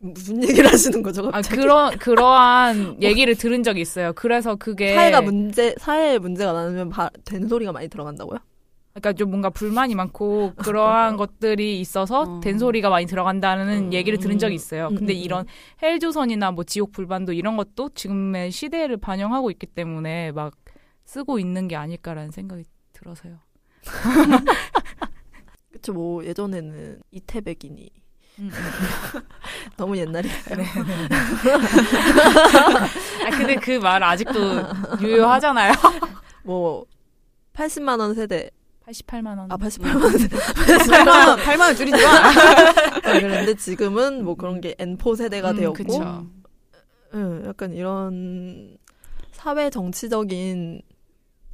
[SPEAKER 2] 무슨 얘기를 하시는 거죠?
[SPEAKER 4] 아,
[SPEAKER 2] 어, 갑자기? 어.
[SPEAKER 4] 그런 그러한 얘기를 들은 적이 있어요. 그래서 그게
[SPEAKER 2] 사회가 문제 사회에 문제가 나면 바, 되는 소리가 많이 들어간다고요?
[SPEAKER 4] 그러니까 좀 뭔가 불만이 많고 그러한 것들이 있어서
[SPEAKER 3] 어.
[SPEAKER 4] 된 소리가 많이 들어간다는
[SPEAKER 2] 음.
[SPEAKER 4] 얘기를 들은 적이 있어요.
[SPEAKER 2] 음,
[SPEAKER 4] 근데
[SPEAKER 2] 음, 음.
[SPEAKER 4] 이런 헬조선이나 뭐 지옥 불반도 이런 것도 지금의 시대를 반영하고 있기 때문에 막 쓰고 있는 게 아닐까라는 생각이 들어서요.
[SPEAKER 2] 그쵸 뭐 예전에는 이태백이니
[SPEAKER 4] 음. 네.
[SPEAKER 2] 너무 옛날이에요.
[SPEAKER 4] 아 근데 그 말 아직도 유효하잖아요.
[SPEAKER 2] 뭐 80만 원 세대
[SPEAKER 4] 88만 원.
[SPEAKER 2] 아 88만 원
[SPEAKER 4] 음.
[SPEAKER 2] 세대
[SPEAKER 3] 발만 발만 줄이지 마.
[SPEAKER 2] 그런데 지금은 뭐 그런 게 N4 세대가
[SPEAKER 4] 음,
[SPEAKER 2] 되었고
[SPEAKER 4] 그쵸.
[SPEAKER 2] 응, 예, 약간 이런 사회 정치적인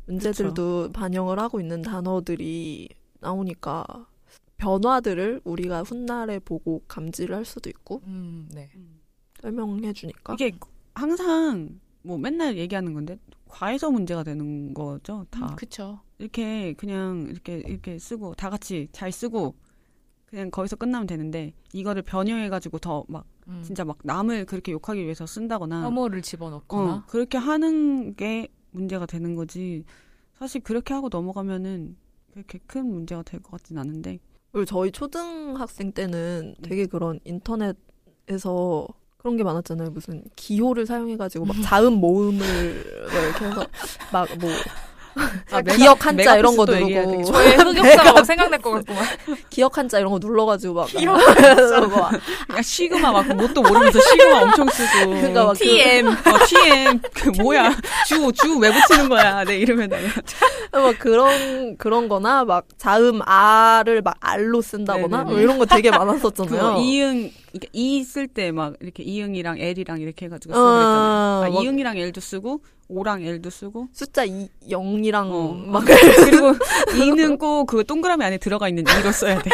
[SPEAKER 2] 문제들도 반영을 하고 있는 단어들이 나오니까 변화들을 우리가 훗날에 보고 감지를 할 수도 있고
[SPEAKER 4] 음, 네.
[SPEAKER 2] 설명해 주니까
[SPEAKER 3] 이게 항상 뭐 맨날 얘기하는 건데 과에서 문제가 되는 거죠. 다
[SPEAKER 4] 음, 그쵸.
[SPEAKER 3] 이렇게 그냥 이렇게 이렇게 쓰고 다 같이 잘 쓰고 그냥 거기서 끝나면 되는데 이거를 변형해 가지고 더 막
[SPEAKER 4] 음.
[SPEAKER 3] 진짜 막 남을 그렇게 욕하기 위해서 쓴다거나
[SPEAKER 4] 혐오를 집어넣거나.
[SPEAKER 3] 어, 그렇게 하는 게 문제가 되는 거지 사실 그렇게 하고 넘어가면은 그렇게 큰 문제가 될 것 같진 않은데
[SPEAKER 2] 그리고 저희 초등학생 때는 되게 그런 인터넷에서 그런 게 많았잖아요. 무슨 기호를 사용해가지고 막 자음 모음을 뭐 이렇게 해서 막 뭐 기억 한자 이런 거
[SPEAKER 3] 아, 메가피스도 얘기해야
[SPEAKER 2] 누르고
[SPEAKER 3] 되겠죠.
[SPEAKER 4] 저의 흑역사가 막 생각날 것 같구만.
[SPEAKER 2] 기억 한자 이런 거 눌러가지고 막
[SPEAKER 3] 기억
[SPEAKER 2] 그러고 막
[SPEAKER 3] 야, 그러니까 시그마 막 뭣도 모르면서 시그마 엄청 쓰고
[SPEAKER 2] 그러니까 막 그-
[SPEAKER 3] TM 어, TM 그 뭐야 주 주 왜 붙이는 거야 내 이름에 다가
[SPEAKER 2] 막 그런 그런 거나 막 자음 아를 막 알로 쓴다거나
[SPEAKER 3] 네네네. 어,
[SPEAKER 2] 뭐 이런 거 되게 많았었잖아요.
[SPEAKER 3] 그 이응 이게 이 쓸 때 막 이렇게 이응이랑 엘이랑 이렇게 해가지고 쓰고 그랬잖아요. 아,
[SPEAKER 2] 어, 막
[SPEAKER 3] 이응이랑 엘도 쓰고 오랑 엘도 쓰고
[SPEAKER 2] 숫자 이, 0이랑
[SPEAKER 3] 어.
[SPEAKER 2] 막
[SPEAKER 3] 그리고 이는 꼭 그 동그라미 안에 들어가 있는 이로 써야 돼.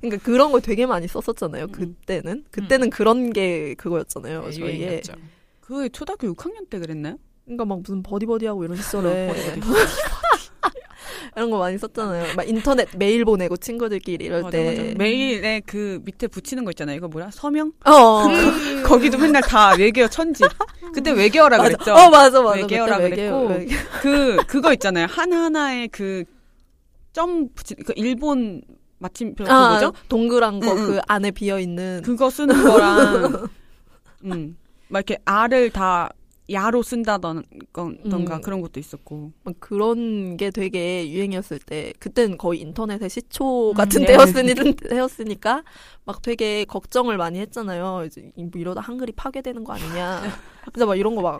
[SPEAKER 2] 그러니까 그런 걸 되게 많이 썼었잖아요.
[SPEAKER 3] 음.
[SPEAKER 2] 그때는 그때는 그런 게 그거였잖아요.
[SPEAKER 3] 네,
[SPEAKER 2] 저희의
[SPEAKER 4] 유행이었죠.
[SPEAKER 3] 그 초등학교 6학년 때 그랬나요?
[SPEAKER 2] 그러니까 막 무슨 버디버디하고 이런 시절에 이런 거 많이 썼잖아요. 막 인터넷 메일 보내고 친구들끼리 이럴
[SPEAKER 3] 맞아,
[SPEAKER 2] 때.
[SPEAKER 3] 맞아. 메일에 그 밑에 붙이는 거 있잖아요. 이거 뭐라? 서명?
[SPEAKER 2] 어,
[SPEAKER 3] 거기도 맨날 다 외계어 천지. 그때 외계어라 그랬죠.
[SPEAKER 2] 맞아. 어 맞아 맞아.
[SPEAKER 3] 외계어라
[SPEAKER 2] 그때 외계어,
[SPEAKER 3] 그랬고.
[SPEAKER 2] 외계어.
[SPEAKER 3] 그 그거 있잖아요. 하나하나에 그점 붙이 그 일본 마침표
[SPEAKER 2] 아,
[SPEAKER 3] 그거죠?
[SPEAKER 2] 동그란 거
[SPEAKER 3] 응,
[SPEAKER 2] 그 안에 비어 있는.
[SPEAKER 3] 그거 쓰는 거랑 음. 막 이렇게 알을 다 야로 쓴다던가
[SPEAKER 2] 음.
[SPEAKER 3] 그런 것도 있었고.
[SPEAKER 2] 막 그런 게 되게 유행이었을 때, 그땐 거의 인터넷의
[SPEAKER 3] 음,
[SPEAKER 2] 시초 같은
[SPEAKER 4] 네.
[SPEAKER 2] 때였으니, 때였으니까, 막 되게 걱정을 많이 했잖아요. 이제 이- 뭐 이러다 한글이 파괴되는 거 아니냐. 진짜 막 이런 거 막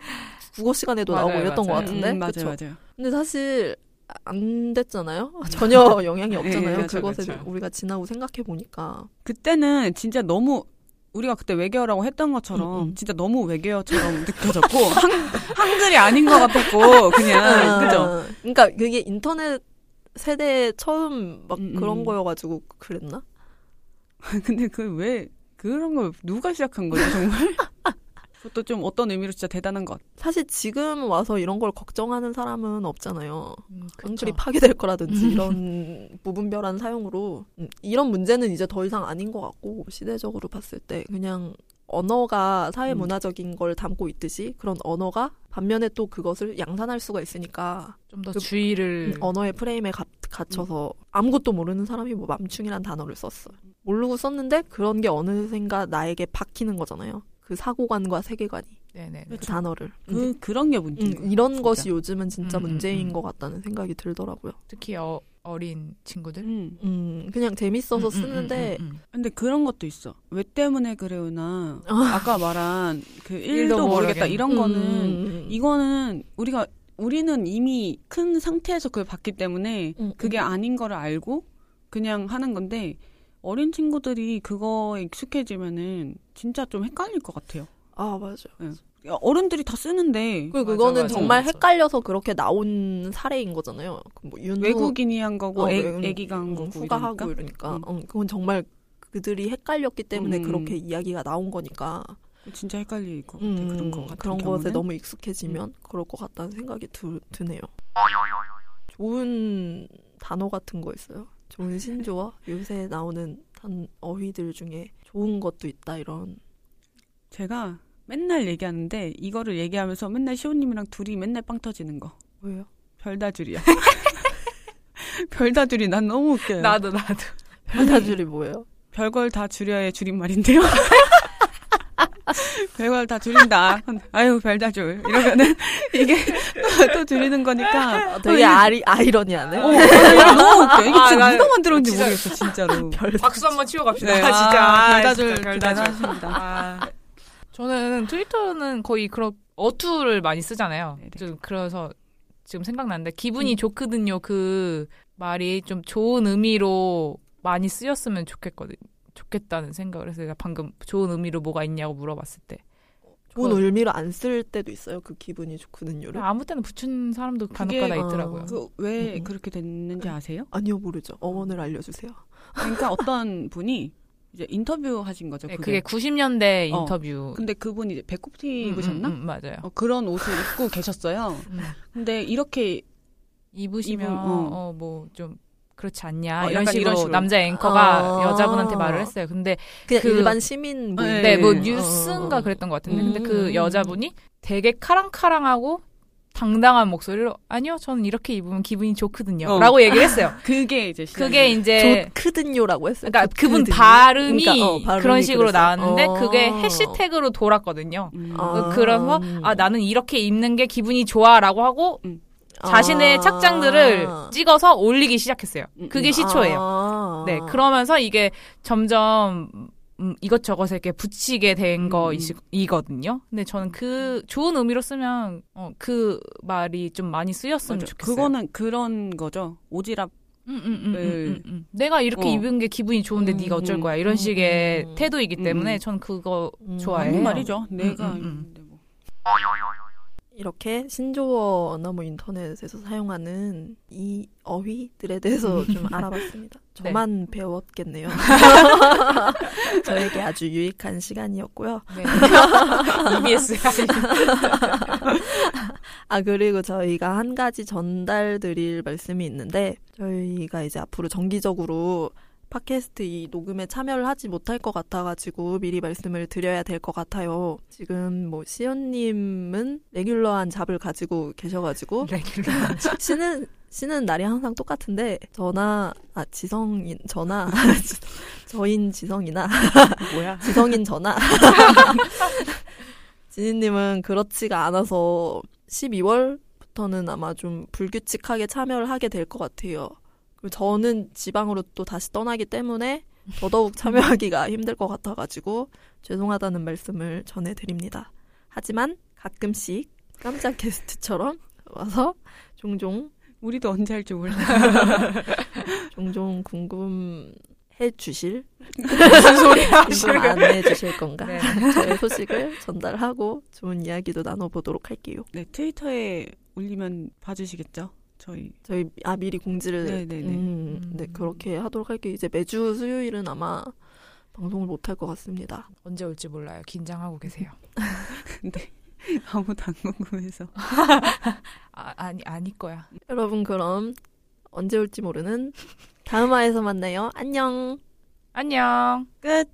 [SPEAKER 2] 국어 시간에도 나오고
[SPEAKER 4] 맞아요,
[SPEAKER 2] 이랬던 것
[SPEAKER 4] 맞아요.
[SPEAKER 2] 같은데.
[SPEAKER 3] 음, 맞아요,
[SPEAKER 2] 그쵸?
[SPEAKER 3] 맞아요.
[SPEAKER 2] 근데 사실 안 됐잖아요. 전혀 영향이 없잖아요.
[SPEAKER 3] 예, 그렇죠,
[SPEAKER 2] 그것에
[SPEAKER 3] 그렇죠.
[SPEAKER 2] 우리가 지나고 생각해 보니까.
[SPEAKER 3] 그때는 진짜 너무 우리가 그때 외계어라고 했던 것처럼
[SPEAKER 2] 음, 음.
[SPEAKER 3] 진짜 너무 외계어처럼 느껴졌고 한, 한글이 아닌 것 같았고 아, 그냥 그죠?
[SPEAKER 2] 음, 그러니까 그게 인터넷 세대 처음 막
[SPEAKER 3] 음,
[SPEAKER 2] 그런
[SPEAKER 3] 음.
[SPEAKER 2] 거여가지고 그랬나?
[SPEAKER 3] 근데 그 왜 그런 걸 누가 시작한 거지 정말? 그것도 좀 어떤 의미로 진짜 대단한 것 같아요.
[SPEAKER 2] 사실 지금 와서 이런 걸 걱정하는 사람은 없잖아요.
[SPEAKER 4] 음,
[SPEAKER 2] 한글이
[SPEAKER 4] 그쵸.
[SPEAKER 2] 파괴될 거라든지 이런 무분별한 사용으로 음, 이런 문제는 이제 더 이상 아닌 것 같고 시대적으로 봤을 때 그냥 언어가 사회
[SPEAKER 3] 음.
[SPEAKER 2] 문화적인 걸 담고 있듯이 그런 언어가 반면에 또 그것을 양산할 수가 있으니까
[SPEAKER 4] 좀 더
[SPEAKER 2] 그-
[SPEAKER 4] 주의를
[SPEAKER 2] 언어의 프레임에 갇- 갇혀서 아무것도 모르는 사람이 뭐 맘충이란 단어를 썼어. 모르고 썼는데 그런 게 어느샌가 나에게 박히는 거잖아요. 그 사고관과 세계관이
[SPEAKER 4] 네네.
[SPEAKER 2] 그 단어를. 음,
[SPEAKER 3] 그 그런 게 문제인 것
[SPEAKER 2] 음, 이런
[SPEAKER 3] 같아요,
[SPEAKER 2] 것이
[SPEAKER 3] 진짜.
[SPEAKER 2] 요즘은 진짜
[SPEAKER 4] 음, 음,
[SPEAKER 2] 문제인
[SPEAKER 4] 음.
[SPEAKER 2] 것 같다는 생각이 들더라고요.
[SPEAKER 4] 특히 어, 어린 친구들
[SPEAKER 3] 음.
[SPEAKER 2] 음, 그냥 재밌어서 쓰는데
[SPEAKER 4] 음, 음, 음, 음.
[SPEAKER 3] 근데 그런 것도 있어. 왜 때문에 그래요나
[SPEAKER 2] 아.
[SPEAKER 3] 아까 말한 그
[SPEAKER 4] 일도
[SPEAKER 3] 일도 모르겠다
[SPEAKER 4] 모르겠는.
[SPEAKER 3] 이런 거는
[SPEAKER 2] 음,
[SPEAKER 3] 이거는 우리가 우리는 이미 큰 상태에서 그걸 봤기 때문에
[SPEAKER 2] 음,
[SPEAKER 3] 그게
[SPEAKER 2] 음.
[SPEAKER 3] 아닌 거를 알고 그냥 하는 건데 어린 친구들이 그거에 익숙해지면은 진짜 좀 헷갈릴 것 같아요.
[SPEAKER 2] 아 맞아.
[SPEAKER 3] 야, 어른들이 다 쓰는데
[SPEAKER 2] 그리고
[SPEAKER 4] 맞아,
[SPEAKER 2] 그거는
[SPEAKER 4] 맞아,
[SPEAKER 2] 정말
[SPEAKER 4] 맞아.
[SPEAKER 2] 헷갈려서 그렇게 나온 사례인 거잖아요. 그뭐 윤호,
[SPEAKER 3] 외국인이 한 거고
[SPEAKER 2] 어,
[SPEAKER 3] 애,
[SPEAKER 2] 외국인,
[SPEAKER 3] 기가한
[SPEAKER 2] 음,
[SPEAKER 3] 거고
[SPEAKER 2] 후가 하고
[SPEAKER 3] 이러니까.
[SPEAKER 2] 이러니까
[SPEAKER 3] 음.
[SPEAKER 2] 어, 그건 정말 그들이 헷갈렸기 때문에
[SPEAKER 3] 음.
[SPEAKER 2] 그렇게 이야기가 나온 거니까
[SPEAKER 3] 진짜 헷갈릴 것 같아.
[SPEAKER 2] 음,
[SPEAKER 3] 그런 것 같은
[SPEAKER 2] 그런 것에
[SPEAKER 3] 경우는.
[SPEAKER 2] 너무 익숙해지면 그럴 것 같다는 생각이 드, 드네요. 좋은 단어 같은 거 있어요. 좋은 신조어 요새 나오는 단 어휘들 중에 좋은 것도 있다 이런.
[SPEAKER 3] 제가 맨날 얘기하는데 이거를 얘기하면서 맨날 시호님이랑 둘이 맨날 빵 터지는 거.
[SPEAKER 2] 왜요?
[SPEAKER 3] 별다줄이야. 별다줄이 난 너무 웃겨요.
[SPEAKER 4] 나도 나도
[SPEAKER 2] 별다줄이 뭐예요?
[SPEAKER 3] 별걸 다 줄여의 줄임말인데요. 별걸 다 줄인다. 아유 별다줄 이러면은 이게 또, 또 줄이는 거니까
[SPEAKER 2] 되게 아리, 아이러니하네.
[SPEAKER 3] 어, 이거 너무 웃겨. 이게
[SPEAKER 4] 아,
[SPEAKER 3] 진짜
[SPEAKER 4] 나-
[SPEAKER 3] 누가 만들었는지
[SPEAKER 4] 진짜-
[SPEAKER 3] 모르겠어 진짜로.
[SPEAKER 4] 박수 한번 치고 갑시다.
[SPEAKER 3] 네,
[SPEAKER 4] 아,
[SPEAKER 3] 아,
[SPEAKER 4] 진짜
[SPEAKER 3] 별다줄
[SPEAKER 4] 별다줄.
[SPEAKER 3] 대단하십니다.
[SPEAKER 4] 아. 저는 트위터는 거의 그런 어투를 많이 쓰잖아요.
[SPEAKER 3] 네네.
[SPEAKER 4] 좀 그래서 지금 생각나는데 기분이 좋거든요. 그 말이 좀 좋은 의미로 많이 쓰였으면 좋겠거든. 좋겠다는 생각을 해서 제가 방금 좋은 의미로 뭐가 있냐고 물어봤을 때
[SPEAKER 2] 좋은
[SPEAKER 4] 그거-
[SPEAKER 2] 의미로 안 쓸 때도 있어요. 그 기분이 좋거든요.
[SPEAKER 4] 아무 때나 붙인 사람도
[SPEAKER 3] 그게,
[SPEAKER 4] 간혹가다 있더라고요.
[SPEAKER 2] 어,
[SPEAKER 3] 그 왜
[SPEAKER 2] 음.
[SPEAKER 3] 그렇게 됐는지 아세요?
[SPEAKER 2] 아니요 모르죠. 어원을 알려주세요.
[SPEAKER 3] 그러니까 어떤 분이 이제 인터뷰 하신 거죠.
[SPEAKER 4] 네,
[SPEAKER 3] 그게.
[SPEAKER 4] 그게 90년대
[SPEAKER 3] 어.
[SPEAKER 4] 인터뷰
[SPEAKER 3] 근데 그분이 이제 배꼽티 입으셨나?
[SPEAKER 4] 음, 음, 음, 맞아요.
[SPEAKER 3] 어, 그런 옷을 입고 계셨어요.
[SPEAKER 4] 음.
[SPEAKER 3] 근데 이렇게
[SPEAKER 4] 입으시면
[SPEAKER 3] 입은, 어.
[SPEAKER 4] 어뭐 좀 그렇지 않냐
[SPEAKER 3] 어,
[SPEAKER 4] 이런
[SPEAKER 3] 약간
[SPEAKER 4] 식으로,
[SPEAKER 3] 이런 식으로.
[SPEAKER 4] 남자 앵커가
[SPEAKER 2] 아.
[SPEAKER 4] 여자분한테 말을 했어요. 근데
[SPEAKER 2] 그냥 어,
[SPEAKER 4] 그-
[SPEAKER 2] 일반 시민 분.
[SPEAKER 3] 네,
[SPEAKER 4] 네 뭐
[SPEAKER 3] 네.
[SPEAKER 4] 뉴스인가 그랬던 것 같은데 근데
[SPEAKER 2] 음.
[SPEAKER 4] 그 여자분이 되게 카랑카랑하고 당당한 목소리로 아니요 저는 이렇게 입으면 기분이
[SPEAKER 3] 어. 네.
[SPEAKER 4] 좋거든요라고 얘기를 했어요.
[SPEAKER 3] 그게 이제 시작이
[SPEAKER 4] 그게 이제
[SPEAKER 2] 좋거든요라고 했어요.
[SPEAKER 4] 그러니까 그분
[SPEAKER 2] 좋거든요.
[SPEAKER 4] 발음이,
[SPEAKER 2] 그러니까, 어, 발음이
[SPEAKER 4] 그런 식으로
[SPEAKER 2] 그래서.
[SPEAKER 4] 나왔는데
[SPEAKER 2] 어.
[SPEAKER 4] 그게 해시태그로 돌았거든요.
[SPEAKER 3] 음.
[SPEAKER 2] 아.
[SPEAKER 4] 그래서 아 나는 이렇게 입는 게 기분이 좋아라고 하고 자신의 착장들을 찍어서 올리기 시작했어요.
[SPEAKER 3] 음,
[SPEAKER 4] 그게
[SPEAKER 3] 음.
[SPEAKER 4] 시초예요.
[SPEAKER 2] 아.
[SPEAKER 4] 네, 그러면서 이게 점점 음, 이것저것에 이렇게 붙이게
[SPEAKER 3] 음,
[SPEAKER 4] 된
[SPEAKER 3] 음.
[SPEAKER 4] 거이거든요. 근데 저는 그 좋은 의미로 쓰면 어, 그 말이 좀 많이 쓰였으면
[SPEAKER 3] 맞아.
[SPEAKER 4] 좋겠어요.
[SPEAKER 3] 그거는 그런 거죠. 오지랖
[SPEAKER 4] 음, 음, 음,
[SPEAKER 3] 네.
[SPEAKER 4] 음, 음, 음. 내가 이렇게
[SPEAKER 3] 어.
[SPEAKER 4] 입은 게 기분이 좋은데 네가 어쩔
[SPEAKER 3] 음,
[SPEAKER 4] 거야 이런 식의
[SPEAKER 2] 음.
[SPEAKER 4] 태도이기 때문에
[SPEAKER 3] 음.
[SPEAKER 4] 전 그거
[SPEAKER 2] 음.
[SPEAKER 4] 좋아해요.
[SPEAKER 3] 맞는 말이죠. 내가
[SPEAKER 4] 음, 음.
[SPEAKER 3] 있는데 뭐.
[SPEAKER 2] 이렇게 신조어나 뭐 인터넷에서 사용하는 이 어휘들에 대해서 좀 알아봤습니다.
[SPEAKER 4] 네.
[SPEAKER 2] 저만 배웠겠네요. 저에게 아주 유익한 시간이었고요.
[SPEAKER 4] 네. EBS
[SPEAKER 2] 아, 그리고 저희가 한 가지 전달드릴 말씀이 있는데, 저희가 이제 앞으로 정기적으로 팟캐스트 이 녹음에 참여를 하지 못할 것 같아가지고 미리 말씀을 드려야 될 것 같아요. 지금 뭐 시연님은 레귤러한 잡을 가지고 계셔가지고
[SPEAKER 4] 레귤러.
[SPEAKER 2] 쉬는 쉬는 날이 항상 똑같은데 저나 아 지성인 저나 저인 지성이나
[SPEAKER 4] 그 뭐야?
[SPEAKER 2] 지성인 저나 지니님은 그렇지가 않아서 12월부터는 아마 좀 불규칙하게 참여를 하게 될 것 같아요. 그리고 저는 지방으로 또 다시 떠나기 때문에 더더욱 참여하기가 힘들 것 같아가지고 죄송하다는 말씀을 전해드립니다. 하지만 가끔씩 깜짝 게스트처럼 와서 종종
[SPEAKER 3] 우리도 언제 할지 몰라.
[SPEAKER 2] 종종 궁금해 주실
[SPEAKER 4] 무슨 소리야?
[SPEAKER 2] 궁금 안 해주실 건가?
[SPEAKER 4] 네.
[SPEAKER 2] 저의 소식을 전달하고 좋은 이야기도 나눠보도록 할게요.
[SPEAKER 3] 네, 트위터에 올리면 봐주시겠죠? 저희.
[SPEAKER 2] 저희 아 미리 공지를
[SPEAKER 3] 네네네.
[SPEAKER 2] 음, 네
[SPEAKER 4] 그, 음.
[SPEAKER 2] 그렇게 하도록 할게요. 이제 매주 수요일은 아마 방송을 못 할 것 같습니다.
[SPEAKER 4] 언제 올지 몰라요. 긴장하고 계세요.
[SPEAKER 3] 네. 아무도 안 궁금해서.
[SPEAKER 4] 아, 아니 아닐 거야.
[SPEAKER 2] 여러분 그럼 언제 올지 모르는 다음화에서 만나요. 안녕.
[SPEAKER 4] 안녕.
[SPEAKER 3] 끝!